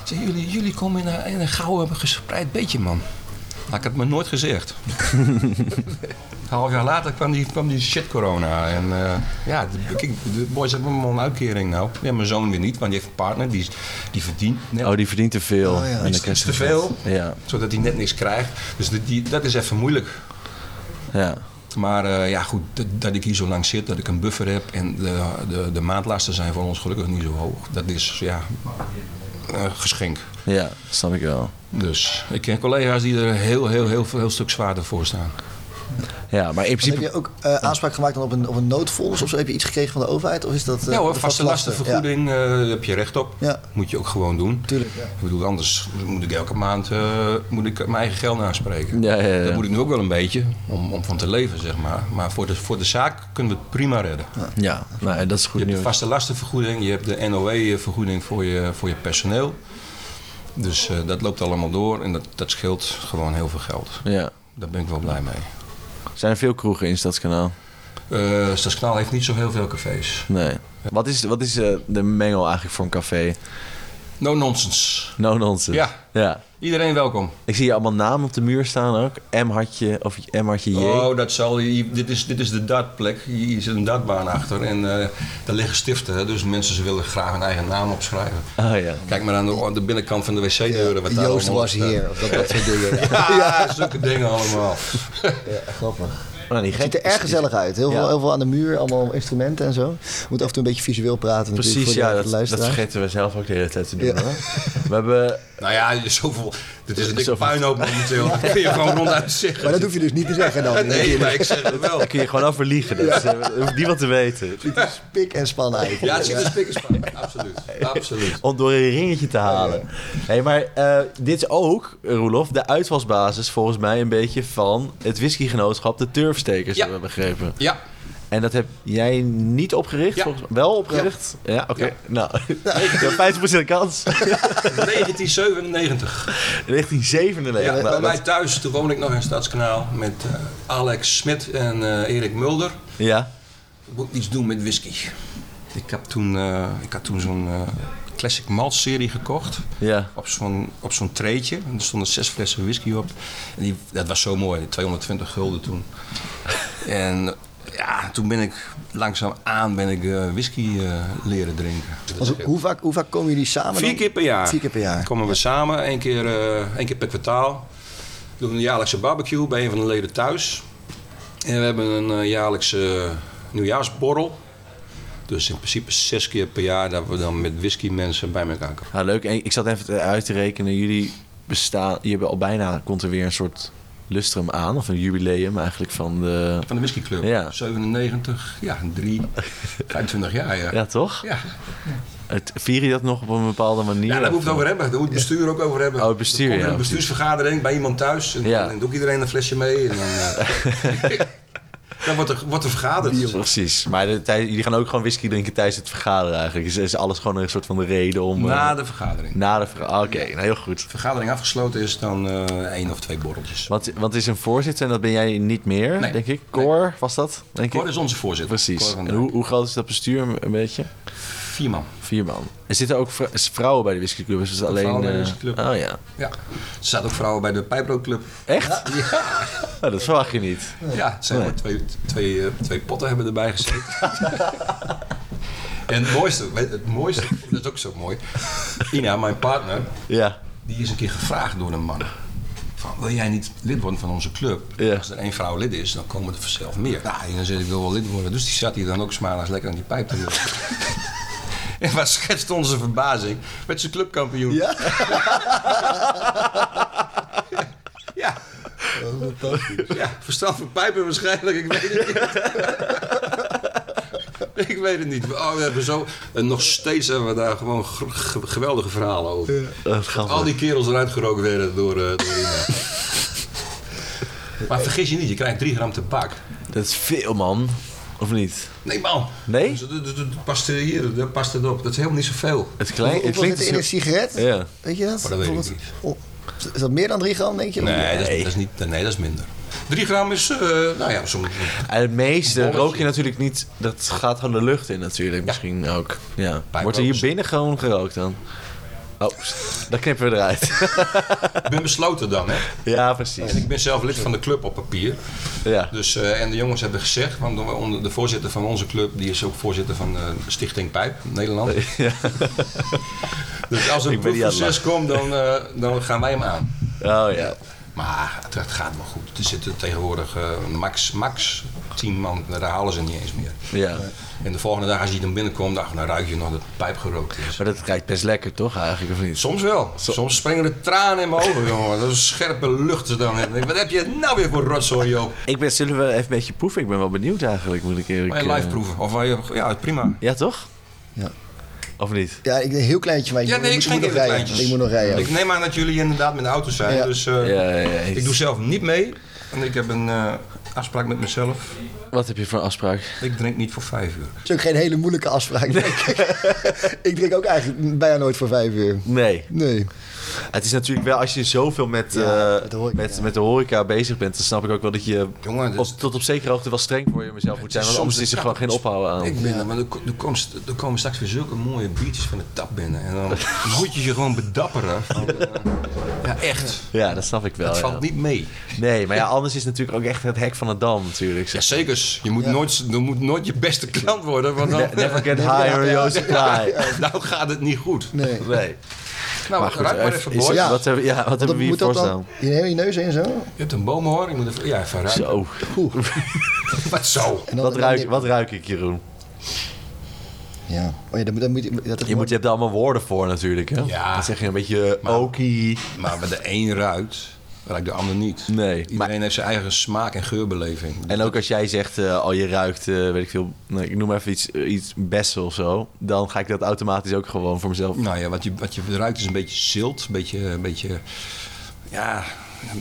Speaker 9: Ze zei, jullie, jullie komen in een, in een gouden gespreid beetje, man. Had ik het me nooit gezegd. Een half jaar later kwam die, kwam die shit corona. En eh, ja, de, kijk, de boys hebben allemaal een uitkering nou. Ja, mijn zoon weer niet, want die heeft een partner. Die, is- die verdient net
Speaker 2: Oh, die verdient te veel.
Speaker 9: ja.
Speaker 2: En dan
Speaker 9: iets,
Speaker 2: krijg
Speaker 9: iets
Speaker 2: je
Speaker 9: te
Speaker 2: geld.
Speaker 9: veel.
Speaker 2: Ja.
Speaker 9: Zodat hij net niks krijgt. Dus die, die- dat is even moeilijk.
Speaker 2: Ja.
Speaker 9: Maar eh, ja, goed, dat, dat ik hier zo lang zit, dat ik een buffer heb en de, de, de maandlasten zijn voor ons gelukkig niet zo hoog. Dat is, ja, een geschenk.
Speaker 2: Ja, snap ik wel.
Speaker 9: Dus ik ken collega's die er heel, heel, heel, heel, heel stuk zwaarder voor staan.
Speaker 2: Ja, maar in
Speaker 9: principe-
Speaker 3: Heb je ook eh, aanspraak gemaakt dan op, een, op een noodfonds of zo? Heb je iets gekregen van de overheid? Of is dat, eh,
Speaker 9: ja hoor,
Speaker 3: de
Speaker 9: vaste lastenvergoeding eh, daar heb je recht op. Moet je ook gewoon doen.
Speaker 3: Tuurlijk, ja.
Speaker 9: Ik bedoel, anders moet ik elke maand eh, moet ik mijn eigen geld naspreken.
Speaker 2: Ja, ja, ja.
Speaker 9: Dat moet ik nu ook wel een beetje, om, om van te leven, zeg maar. Maar voor de, voor de zaak kunnen we het prima redden.
Speaker 2: Ja, nou, dat is goed
Speaker 9: Je hebt de
Speaker 2: nieuws.
Speaker 9: vaste lastenvergoeding, je hebt de NOE-vergoeding voor je, voor je personeel. Dus eh, dat loopt allemaal door en dat, dat scheelt gewoon heel veel geld.
Speaker 2: Ja.
Speaker 9: Daar ben ik wel blij mee.
Speaker 2: Zijn er veel kroegen in Stadskanaal?
Speaker 9: Eh Stadskanaal heeft niet zo heel veel cafés.
Speaker 2: Nee. Wat is, wat is eh, de mengel eigenlijk voor een café?
Speaker 9: No nonsense.
Speaker 2: No nonsense.
Speaker 9: Ja.
Speaker 2: ja.
Speaker 9: Iedereen welkom.
Speaker 2: Ik zie hier allemaal namen op de muur staan ook. M hartje of M hartje J.
Speaker 9: Oh, dat zal, hier- dit, is, dit is de dartplek. Hier zit een dartbaan achter en eh, daar liggen stiften. hè. Dus mensen ze willen graag hun eigen naam opschrijven.
Speaker 2: Oh ja.
Speaker 9: Kijk maar aan de, aan de binnenkant van de wc-deuren. wat daar
Speaker 3: Joost
Speaker 9: allemaal
Speaker 3: was
Speaker 9: op staat.
Speaker 3: hier, of dat- dat soort dingen.
Speaker 9: ja, zulke dingen allemaal.
Speaker 3: Ja, grappig.
Speaker 2: Maar niet
Speaker 3: Het ziet er erg gezellig uit. Heel, veel, heel veel aan de muur, allemaal instrumenten en zo. We moeten af en toe een beetje visueel praten. natuurlijk,
Speaker 2: Precies,
Speaker 3: voor de-
Speaker 2: ja,
Speaker 3: voor de
Speaker 2: dat, dat
Speaker 3: luisteraar.
Speaker 2: vergeten we zelf ook de hele tijd te doen.
Speaker 3: Ja.
Speaker 2: Hoor. We hebben...
Speaker 9: Nou ja, zoveel... Dit is een dikke puinhoop momenteel. Dat kun je gewoon ronduit zeggen.
Speaker 3: Maar dat hoef je dus niet te zeggen dan.
Speaker 9: Nee, maar ik zeg het wel.
Speaker 2: Daar kun je gewoon over liegen. Dat is, eh, dat hoeft niemand te weten.
Speaker 3: Pik en span uit.
Speaker 9: Ja, het ziet er spikkerspan uit. Absoluut. Absoluut.
Speaker 2: Om door een ringetje te halen. hey, maar eh, dit is ook, Roelof, de uitvalsbasis volgens mij een beetje van het whiskygenootschap, de Turfstekers, hebben we begrepen.
Speaker 9: Ja.
Speaker 2: En dat heb jij niet opgericht, volgens mij. Wel opgericht? Ja, oké. Nou, ja, 50% kans.
Speaker 9: 1997.
Speaker 2: 1997.
Speaker 9: Ja,
Speaker 2: nou,
Speaker 9: bij
Speaker 2: dat-
Speaker 9: mij thuis, toen woon ik nog in Stadskanaal met eh, Alex Smit en eh, Erik Mulder.
Speaker 2: Ja.
Speaker 9: Ik moet iets doen met whisky. Ik, heb toen, eh, ik had toen zo'n eh, Classic Malt serie gekocht.
Speaker 2: Ja.
Speaker 9: Op zo'n, op zo'n treetje. En er stonden zes flessen whisky op. En die, dat was zo mooi, 220 gulden toen. en ja, toen ben ik langzaam aan ben ik, eh, whisky eh, leren drinken.
Speaker 3: Want hoe- hoe, vaak, hoe vaak komen jullie samen?
Speaker 9: Vier
Speaker 3: dan?
Speaker 9: keer per jaar.
Speaker 3: Vier keer per jaar.
Speaker 9: Komen we samen, één keer, eh, één keer per kwartaal. We doen een jaarlijkse barbecue bij een van de leden thuis. En we hebben een eh, jaarlijkse nieuwjaarsborrel. Dus in principe zes keer per jaar dat we dan met whisky mensen bij elkaar komen.
Speaker 2: Nou, leuk. En ik zat even uit te rekenen. Jullie bestaan... Je hebt al bijna... Komt er weer een soort lustrum aan. Of een jubileum eigenlijk van de...
Speaker 9: Van de whiskyclub.
Speaker 2: Ja.
Speaker 9: 97, ja, 3, 25 jaar. Ja,
Speaker 2: Ja, toch?
Speaker 9: Ja.
Speaker 2: Het, vier je dat nog op een bepaalde manier?
Speaker 9: Ja, daar moet
Speaker 2: Of-
Speaker 9: het over hebben. Daar moet het bestuur ook over hebben. Oh, het
Speaker 2: bestuur, ja,
Speaker 9: een
Speaker 2: precies.
Speaker 9: bestuursvergadering bij iemand thuis. En
Speaker 2: Ja.
Speaker 9: dan doe ik iedereen een flesje mee. En dan, eh, dan wordt, er, wordt er vergaderd.
Speaker 2: Precies. Maar de, tijd- jullie gaan ook gewoon whisky drinken tijdens het vergaderen eigenlijk. Is, is alles gewoon een soort van de reden om... eh,
Speaker 9: Na de vergadering.
Speaker 2: Na de vergadering. Oké, nou heel goed.
Speaker 9: vergadering afgesloten is, dan eh één of twee borreltjes.
Speaker 2: Want, want het is een voorzitter en dat ben jij niet meer,
Speaker 9: Nee.
Speaker 2: denk ik. Cor was dat? Denk
Speaker 9: Cor
Speaker 2: ik?
Speaker 9: is onze voorzitter. Cor
Speaker 2: Precies.
Speaker 9: van
Speaker 2: En hoe, hoe groot is dat bestuur een- een beetje?
Speaker 9: Vier man.
Speaker 2: Vier man. Er zitten ook vrou- is vrouwen bij de whiskyclub? Is het alleen...
Speaker 9: Vrouwen bij de
Speaker 2: eh,
Speaker 9: whiskyclub.
Speaker 2: Oh ja.
Speaker 9: Ja. Er zaten ook vrouwen bij de pijprookclub.
Speaker 2: Echt?
Speaker 9: Ja.
Speaker 2: Nou, dat verwacht je niet.
Speaker 9: Ja, het zijn
Speaker 2: Nee.
Speaker 9: maar twee, twee, eh, twee potten hebben erbij gezeten. en het mooiste, het mooiste, dat is ook zo mooi. Ina, mijn partner,
Speaker 2: ja.
Speaker 9: die is een keer gevraagd door een man. Van, wil jij niet lid worden van onze club? Als er één vrouw lid is, dan komen er vanzelf meer. Nou, en dan zei ik, ik wil wel lid worden. Dus die zat hier dan ook smalig lekker aan die pijp te roken. En waar schetst onze verbazing? Met zijn clubkampioen. Ja? ja. Ja, verstand van pijpen waarschijnlijk, ik weet het niet. ik weet het niet. Oh, we hebben zo, en nog steeds hebben we daar gewoon gr- ge- geweldige verhalen over. Al die kerels eruit gerookt werden door, eh, door Ina. maar vergis je niet, je krijgt 3 gram tabak.
Speaker 2: Dat is veel, man. Of niet?
Speaker 9: Nee, man.
Speaker 2: Nee?
Speaker 9: Dus, dat- dat- dat past eh, hier, dat past het op. Dat is helemaal niet zoveel.
Speaker 2: Het,
Speaker 3: Hoe- hoeveel zit er in een sigaret? Weet je dat?
Speaker 9: Maar dat weet ik
Speaker 3: Bijvoorbeeld- Oh, is dat meer dan 3 gram, denk je?
Speaker 9: Nee, dat is, dat is niet, nee, dat is minder. Drie gram is, eh, nou ja, zo'n...
Speaker 8: En het meeste
Speaker 9: Bolletje.
Speaker 8: rook je natuurlijk niet. Dat gaat gewoon de lucht in natuurlijk misschien ook. Ja. Wordt er
Speaker 9: roken
Speaker 8: hier
Speaker 9: is-
Speaker 8: binnen gewoon gerookt dan? Oh, dat knippen we eruit.
Speaker 9: Ik ben besloten dan, hè?
Speaker 8: Ja, precies.
Speaker 9: En ik ben zelf lid van de club op papier.
Speaker 8: Ja.
Speaker 9: Dus, eh, en de jongens hebben gezegd, want de- onder- de voorzitter van onze club, die is ook voorzitter van eh, Stichting Pijp Nederland. Dus als
Speaker 8: Ik
Speaker 9: een
Speaker 8: ben niet aan het
Speaker 9: proefproces komt, dan, eh, dan gaan wij hem aan.
Speaker 8: Oh ja.
Speaker 9: Maar het, het gaat wel goed. Er zitten tegenwoordig eh, max, max 10 man, daar halen ze niet eens meer.
Speaker 8: Ja.
Speaker 9: En de volgende dag, als je dan binnenkomt, dacht, nou ruik je nog dat de pijp gerookt is.
Speaker 8: Maar dat ruikt best lekker toch eigenlijk, of niet?
Speaker 9: Soms wel. Soms springen er tranen in mijn ogen, jongen. Dat is scherpe lucht er dan. in. Ik denk, Wat heb je nou weer voor rotzooi, joh?
Speaker 8: Ik ben, zullen we even een beetje proeven? Ik ben wel benieuwd eigenlijk, moet ik eerlijk...
Speaker 9: Maar je live
Speaker 8: eh,
Speaker 9: proeven. Of wij, ja, prima.
Speaker 8: Ja, toch? Ja. Of niet?
Speaker 3: Ja, ik, een heel kleintje, maar ik,
Speaker 9: Ja,
Speaker 3: moet-
Speaker 9: nee, ik
Speaker 3: moet- moet
Speaker 9: schenk
Speaker 3: nog
Speaker 9: even
Speaker 3: rijden.
Speaker 9: kleintjes.
Speaker 3: Ik moet nog rijden.
Speaker 9: Ik neem aan dat jullie inderdaad met de auto zijn.
Speaker 3: Ja.
Speaker 9: Dus eh,
Speaker 8: Ja, ja, ja.
Speaker 9: ik doe zelf niet mee. Want ik heb een eh, afspraak met mezelf.
Speaker 8: Wat heb je voor een afspraak?
Speaker 9: Ik drink niet voor vijf uur.
Speaker 3: Het is ook geen hele moeilijke afspraak, denk ik. ik drink ook eigenlijk bijna nooit voor vijf uur.
Speaker 8: Nee.
Speaker 3: Nee.
Speaker 8: Het is natuurlijk wel, als je zoveel met, eh, met, met de horeca dus- bezig bent, dan snap ik ook wel dat je als- tot op zekere hoogte wel streng voor jezelf moet zijn. Want anders is er gewoon geen ophouden aan.
Speaker 9: Ik ben er, maar er, ko- er komen, st- er komen straks weer zulke mooie biertjes van de tap binnen. En dan moet je je gewoon bedapperen. Van, eh, ja, echt.
Speaker 8: Ja, dat snap ik wel.
Speaker 9: Het
Speaker 8: Oh, ja.
Speaker 9: valt niet mee.
Speaker 8: Nee, maar ja, anders is natuurlijk ook echt het hek van het dam natuurlijk. Ja,
Speaker 9: zeker. Je moet, Nooit, je moet nooit je beste klant worden. Want dan,
Speaker 8: Ne- never get high or you'll supply.
Speaker 9: Nou gaat het niet goed.
Speaker 3: Nee.
Speaker 8: Nee.
Speaker 9: Nou,
Speaker 8: Maar goed,
Speaker 9: ruik maar
Speaker 8: even-
Speaker 9: even
Speaker 8: is-
Speaker 9: boord.
Speaker 8: ja, wat hebben- ja, wat hebben we hier
Speaker 3: moet dat
Speaker 8: voor
Speaker 3: dan? Je hele neus in zo?
Speaker 9: Je hebt een boom hoor. Je moet even, ja, even ruiken.
Speaker 8: Zo.
Speaker 9: Wat zo?
Speaker 8: Wat ruik, wat ruik ik, Jeroen?
Speaker 3: Ja. Oh ja, dat moet, dat moet, dat is
Speaker 8: Je, moet, je hebt er allemaal woorden voor natuurlijk. Hè?
Speaker 9: Ja.
Speaker 8: Dan zeg je een beetje eh, okie.
Speaker 9: Maar bij de een ruikt, ruikt de ander niet.
Speaker 8: Nee.
Speaker 9: Iedereen heeft zijn eigen smaak en geurbeleving.
Speaker 8: En ook als jij zegt, eh, al je ruikt, eh, weet ik veel, nou, ik noem maar even iets, eh, iets bessen of zo. Dan ga ik dat automatisch ook gewoon voor mezelf.
Speaker 9: Nou ja, wat je, wat je ruikt is een beetje zilt, een beetje, een beetje ja...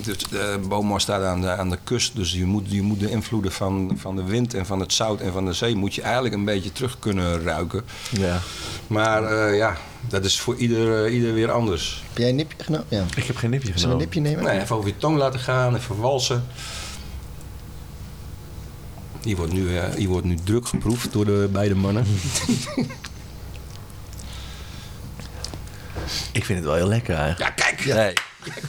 Speaker 9: De, de boomhorst staat aan de, aan de kust, dus je moet, je moet de invloeden van, van de wind en van het zout en van de zee... moet je eigenlijk een beetje terug kunnen ruiken.
Speaker 8: Ja.
Speaker 9: Maar eh, ja, dat is voor ieder, eh, ieder weer anders.
Speaker 3: Heb jij een nipje genomen? Ja.
Speaker 8: Ik heb geen nipje genomen.
Speaker 3: Zullen we een nipje nemen?
Speaker 9: Nee, even over je tong laten gaan, even walsen. Die wordt nu, eh, die wordt nu druk geproefd door de beide mannen.
Speaker 8: Ik vind het wel heel lekker eigenlijk.
Speaker 9: Ja, kijk!
Speaker 8: Nee.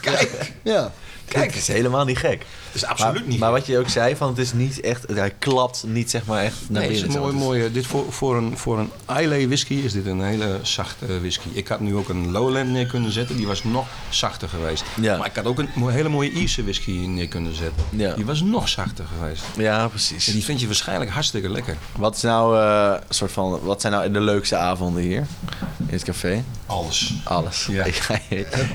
Speaker 9: Kijk!
Speaker 3: Ja.
Speaker 8: Kijk, het is helemaal niet gek.
Speaker 9: Het is absoluut
Speaker 8: maar,
Speaker 9: niet
Speaker 8: Maar wat je ook zei, van het is niet echt, hij klapt niet zeg maar echt naar
Speaker 9: Nee, het
Speaker 8: binnen.
Speaker 9: is
Speaker 8: zeg
Speaker 9: mooi,
Speaker 8: maar.
Speaker 9: mooi. eh, Dit voor, voor een, voor een Islay whisky is dit een hele zachte whisky. Ik had nu ook een Lowland neer kunnen zetten, die was nog zachter geweest.
Speaker 8: Ja.
Speaker 9: Maar ik had ook een mo- hele mooie Ierse whisky neer kunnen zetten.
Speaker 8: Ja.
Speaker 9: Die was nog zachter geweest.
Speaker 8: Ja, precies.
Speaker 9: En die vind je waarschijnlijk hartstikke lekker.
Speaker 8: Wat, is nou, eh, soort van, wat zijn nou de leukste avonden hier in het café?
Speaker 9: Alles.
Speaker 8: Alles.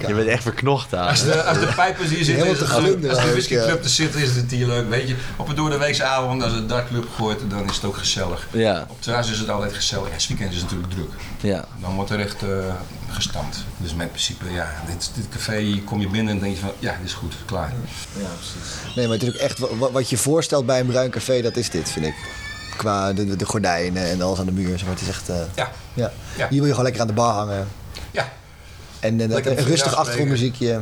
Speaker 8: je bent echt verknocht aan.
Speaker 9: Als de, als de pijpers hier zitten,
Speaker 3: Helemaal
Speaker 9: is het
Speaker 3: te
Speaker 9: geluk.
Speaker 3: glunderen
Speaker 9: Als de
Speaker 3: ook,
Speaker 9: whiskyclub
Speaker 3: ja.
Speaker 9: er zit, is het hier leuk. Weet je, op een doordeweekse avond, als het dartclub gooit, dan is het ook gezellig.
Speaker 8: Ja.
Speaker 9: Op het terras is het altijd gezellig. En het weekend is het natuurlijk druk.
Speaker 8: Ja.
Speaker 9: Dan wordt er echt eh gestampt. Dus met principe, ja, dit, dit café hier kom je binnen en denk je van, ja, dit is goed, klaar.
Speaker 8: Ja, precies.
Speaker 3: Nee, maar het is ook echt wa- wa- wat je voorstelt bij een bruin café, dat is dit, vind ik. Qua de, de gordijnen en alles aan de muur. zeg Maar het is echt. eh,
Speaker 9: Ja.
Speaker 3: ja. Hier
Speaker 9: Ja.
Speaker 3: wil je gewoon lekker aan de bar hangen.
Speaker 9: Ja.
Speaker 3: En, eh, dat-
Speaker 9: Lekker
Speaker 3: een rustig
Speaker 9: afspreken.
Speaker 3: achtergrondmuziekje.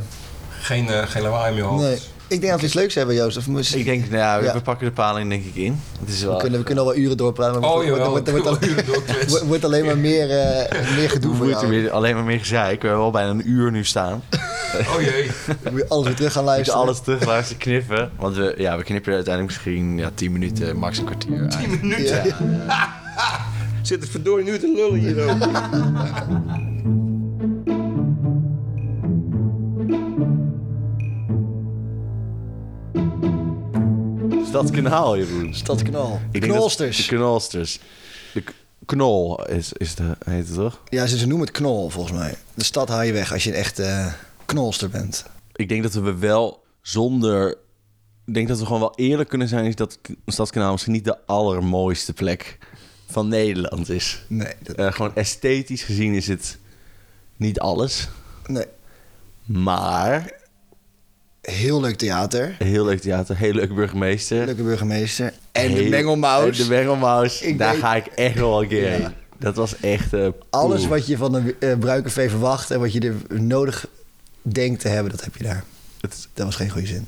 Speaker 9: Geen, eh, geen lawaai meer hoofd.
Speaker 3: Nee. Ik denk dat we iets leuks hebben, Joost. Of misschien...
Speaker 8: Ik denk, nou ja, we-
Speaker 3: Ja.
Speaker 8: we pakken de paling denk ik in. Het is wel...
Speaker 3: we, kunnen, we kunnen al wel uren doorpraten, maar
Speaker 9: Oh,
Speaker 3: wordt-
Speaker 9: jawel,
Speaker 3: wordt- wordt- wordt-
Speaker 9: we kunnen wel uren
Speaker 3: wordt-
Speaker 9: doorkletsen.
Speaker 3: wordt alleen maar meer, eh, meer gedoe
Speaker 8: We
Speaker 3: voor
Speaker 8: moeten
Speaker 3: jou.
Speaker 8: weer, alleen maar meer gezeik. We hebben al bijna een uur nu staan.
Speaker 9: Oh jee.
Speaker 3: Je moet alles weer terug gaan
Speaker 8: We moeten
Speaker 3: luisteren.
Speaker 8: alles terug luisteren, knippen. Want we, ja, we knippen uiteindelijk misschien ja, 10 minuten, max een kwartier.
Speaker 9: 10 Mm. minuten. Zit het verdorie nu te lullen hier ook.
Speaker 8: Stadskanaal, Jeroen.
Speaker 3: Stadskanaal.
Speaker 8: Ik denk dat-
Speaker 3: Knolsters.
Speaker 8: De knolsters. De k- knol is, is de, heet het toch?
Speaker 3: Ja, ze, ze noemen het knol volgens mij. De stad haal je weg als je echt eh knolster bent.
Speaker 8: Ik denk dat we wel zonder... Ik denk dat we gewoon wel eerlijk kunnen zijn... is dat K- Stadskanaal misschien niet de allermooiste plek van Nederland is.
Speaker 3: Nee,
Speaker 8: Eh, gewoon esthetisch gezien is het niet alles.
Speaker 3: Nee.
Speaker 8: Maar...
Speaker 3: Heel leuk theater.
Speaker 8: Heel leuk theater, heel leuk burgemeester.
Speaker 3: Leuke burgemeester. En de
Speaker 8: Heel-
Speaker 3: mengelmaus.
Speaker 8: en de mengelmaus,
Speaker 3: Ik
Speaker 8: daar
Speaker 3: weet-
Speaker 8: ga ik echt nog wel een keer
Speaker 3: Ja.
Speaker 8: heen. Dat was echt... eh,
Speaker 3: Alles
Speaker 8: poeh.
Speaker 3: wat je van een eh bruikervee verwacht en wat je er nodig denkt te hebben, dat heb je daar.
Speaker 8: Het-
Speaker 3: Dat was geen goede zin.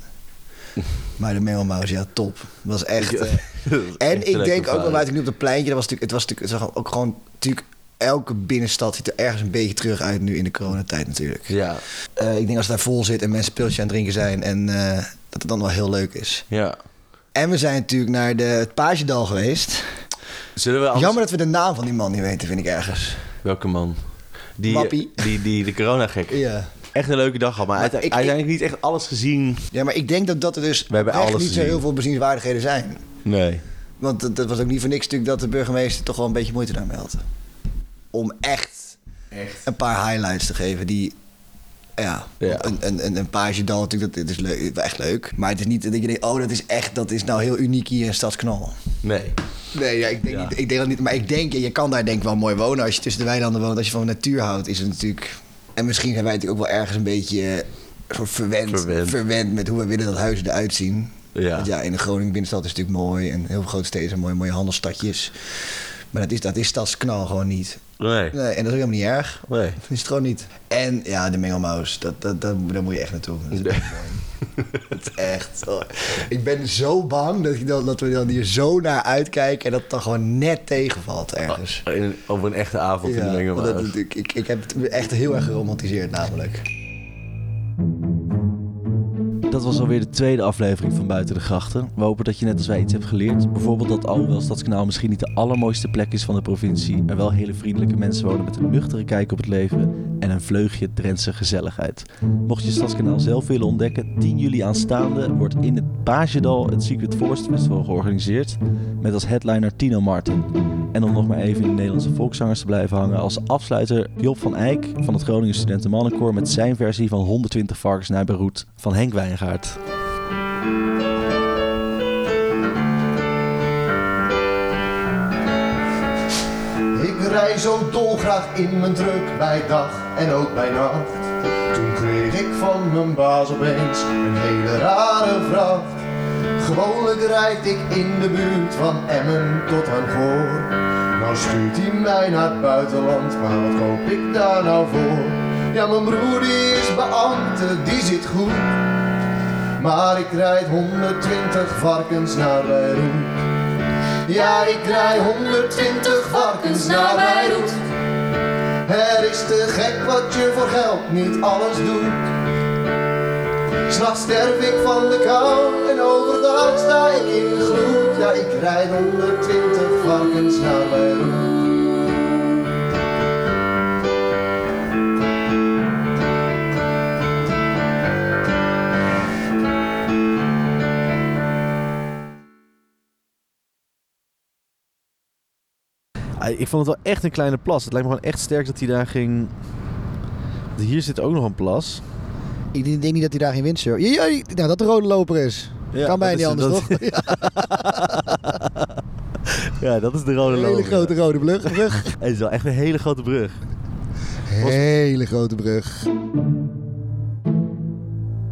Speaker 3: Maar de mengelmouse, ja, top. Dat was echt... eh,
Speaker 2: echt
Speaker 3: en
Speaker 2: een
Speaker 3: ik
Speaker 2: lekker
Speaker 3: denk ook wel,
Speaker 2: verhaal.
Speaker 3: uit ik nu op dat pleintje... Dat was natuurlijk, het was natuurlijk het was ook gewoon... Natuurlijk, elke binnenstad ziet er ergens een beetje terug uit nu in de coronatijd natuurlijk. Eh,
Speaker 2: Ja.
Speaker 3: ik denk als het daar vol zit en mensen pilsje aan het drinken zijn... en eh, dat het dan wel heel leuk is.
Speaker 2: Ja.
Speaker 3: En we zijn natuurlijk naar de, het Pagedal geweest.
Speaker 2: Zullen we anders-
Speaker 3: Jammer dat we de naam van die man niet weten, vind ik ergens.
Speaker 2: Welke man? Die, eh,
Speaker 3: Mappie.
Speaker 2: Die, die, de coronagek.
Speaker 3: Ja.
Speaker 2: Echt een leuke dag al, maar, uite-
Speaker 3: ik-
Speaker 2: uiteindelijk niet echt alles gezien.
Speaker 3: Ja, maar ik denk dat dat er dus
Speaker 2: We hebben
Speaker 3: echt
Speaker 2: alles
Speaker 3: niet zo
Speaker 2: gezien.
Speaker 3: heel veel bezienswaardigheden zijn.
Speaker 2: Nee.
Speaker 3: Want dat, dat was ook niet voor niks natuurlijk dat de burgemeester toch wel een beetje moeite daarmee had. Om echt, een paar highlights te geven die... Ja, want Een, een, een, een page dan natuurlijk, dat, dit is leuk, echt leuk. Maar het is niet dat je denkt, oh dat is echt, dat is nou heel uniek hier in Stadsknal.
Speaker 2: Nee.
Speaker 3: Nee, ja, ik, denk Niet, ik denk dat niet. Maar ik denk, je kan daar denk ik wel mooi wonen. Als je tussen de weilanden woont, als je van natuur houdt, is het natuurlijk... En misschien zijn wij natuurlijk ook wel ergens een beetje eh, soort verwend, verwend. met hoe we willen dat huizen eruit zien.
Speaker 2: Ja.
Speaker 3: Want ja, in de Groningen binnenstad is het natuurlijk mooi. En heel veel grote steden zijn mooi, mooie handelsstadjes. Maar dat is, dat is stadsknal gewoon niet.
Speaker 2: Nee.
Speaker 3: Nee, en dat is ook helemaal niet erg.
Speaker 2: Nee.
Speaker 3: Dat is het gewoon niet. En ja, de mengelmaus, dat, dat, dat, daar moet je echt naartoe. Dat is echt mooi. Dat is echt. oh. Ik ben zo bang dat, ik dan, dat we dan hier zo naar uitkijken en dat het dan gewoon net tegenvalt ergens.
Speaker 2: In een- over Ah, een echte avond in de
Speaker 3: want
Speaker 2: Mengelmaas.
Speaker 3: dat, ik, ik, ik heb het echt heel erg geromantiseerd namelijk.
Speaker 8: Dat was alweer de tweede aflevering van Buiten de Grachten. We hopen dat je net als wij iets hebt geleerd. Bijvoorbeeld dat alhoewel Stadskanaal nou, misschien niet de allermooiste plek is van de provincie, er wel hele vriendelijke mensen wonen met een nuchtere kijk op het leven en een vleugje Drentse gezelligheid. Mocht je Stadskanaal zelf willen ontdekken, 10 juli aanstaande wordt in het Pagedal het Secret Forest Festival georganiseerd met als headliner Tino Martin. En om nog maar even in de Nederlandse volkszangers te blijven hangen, als afsluiter Job van Eyck van het Groningen Studenten Mannenkoor met zijn versie van 120 varkens naar Beroet van Henk Wijngaard.
Speaker 9: Ik rij zo dolgraag in mijn truck bij dag en ook bij nacht. Toen kreeg ik van mijn baas opeens een hele rare vracht. Gewoonlijk rijd ik in de buurt van Emmen tot aan Goor. Nou stuurt hij mij naar het buitenland, maar wat koop ik daar nou voor? Ja, mijn broer die is beambte, die zit goed. Maar ik rijd 120 varkens naar Beirut. Ja, ik rij 120 varkens naar Beirut. Het is te gek wat je voor geld niet alles doet. S'nachts sterf ik van de kou en overdag sta ik in de gloed. Ja, ik rijd 120 varkens naar Beirut.
Speaker 8: Ah, Ik vond het wel echt een kleine plas. Het lijkt me gewoon echt sterk dat hij daar ging... Want Hier zit ook nog een plas.
Speaker 3: Ik denk niet dat hij daar geen winst hoor. Ja, ja, nou, dat de rode loper is.
Speaker 8: Ja,
Speaker 3: kan bijna niet
Speaker 8: dat is-
Speaker 3: anders
Speaker 8: dat-
Speaker 3: toch? Ja,
Speaker 8: Ja, dat is de rode
Speaker 3: Een hele
Speaker 8: loper.
Speaker 3: grote rode brug. brug.
Speaker 8: Het is wel echt een hele grote brug.
Speaker 3: Hele grote brug.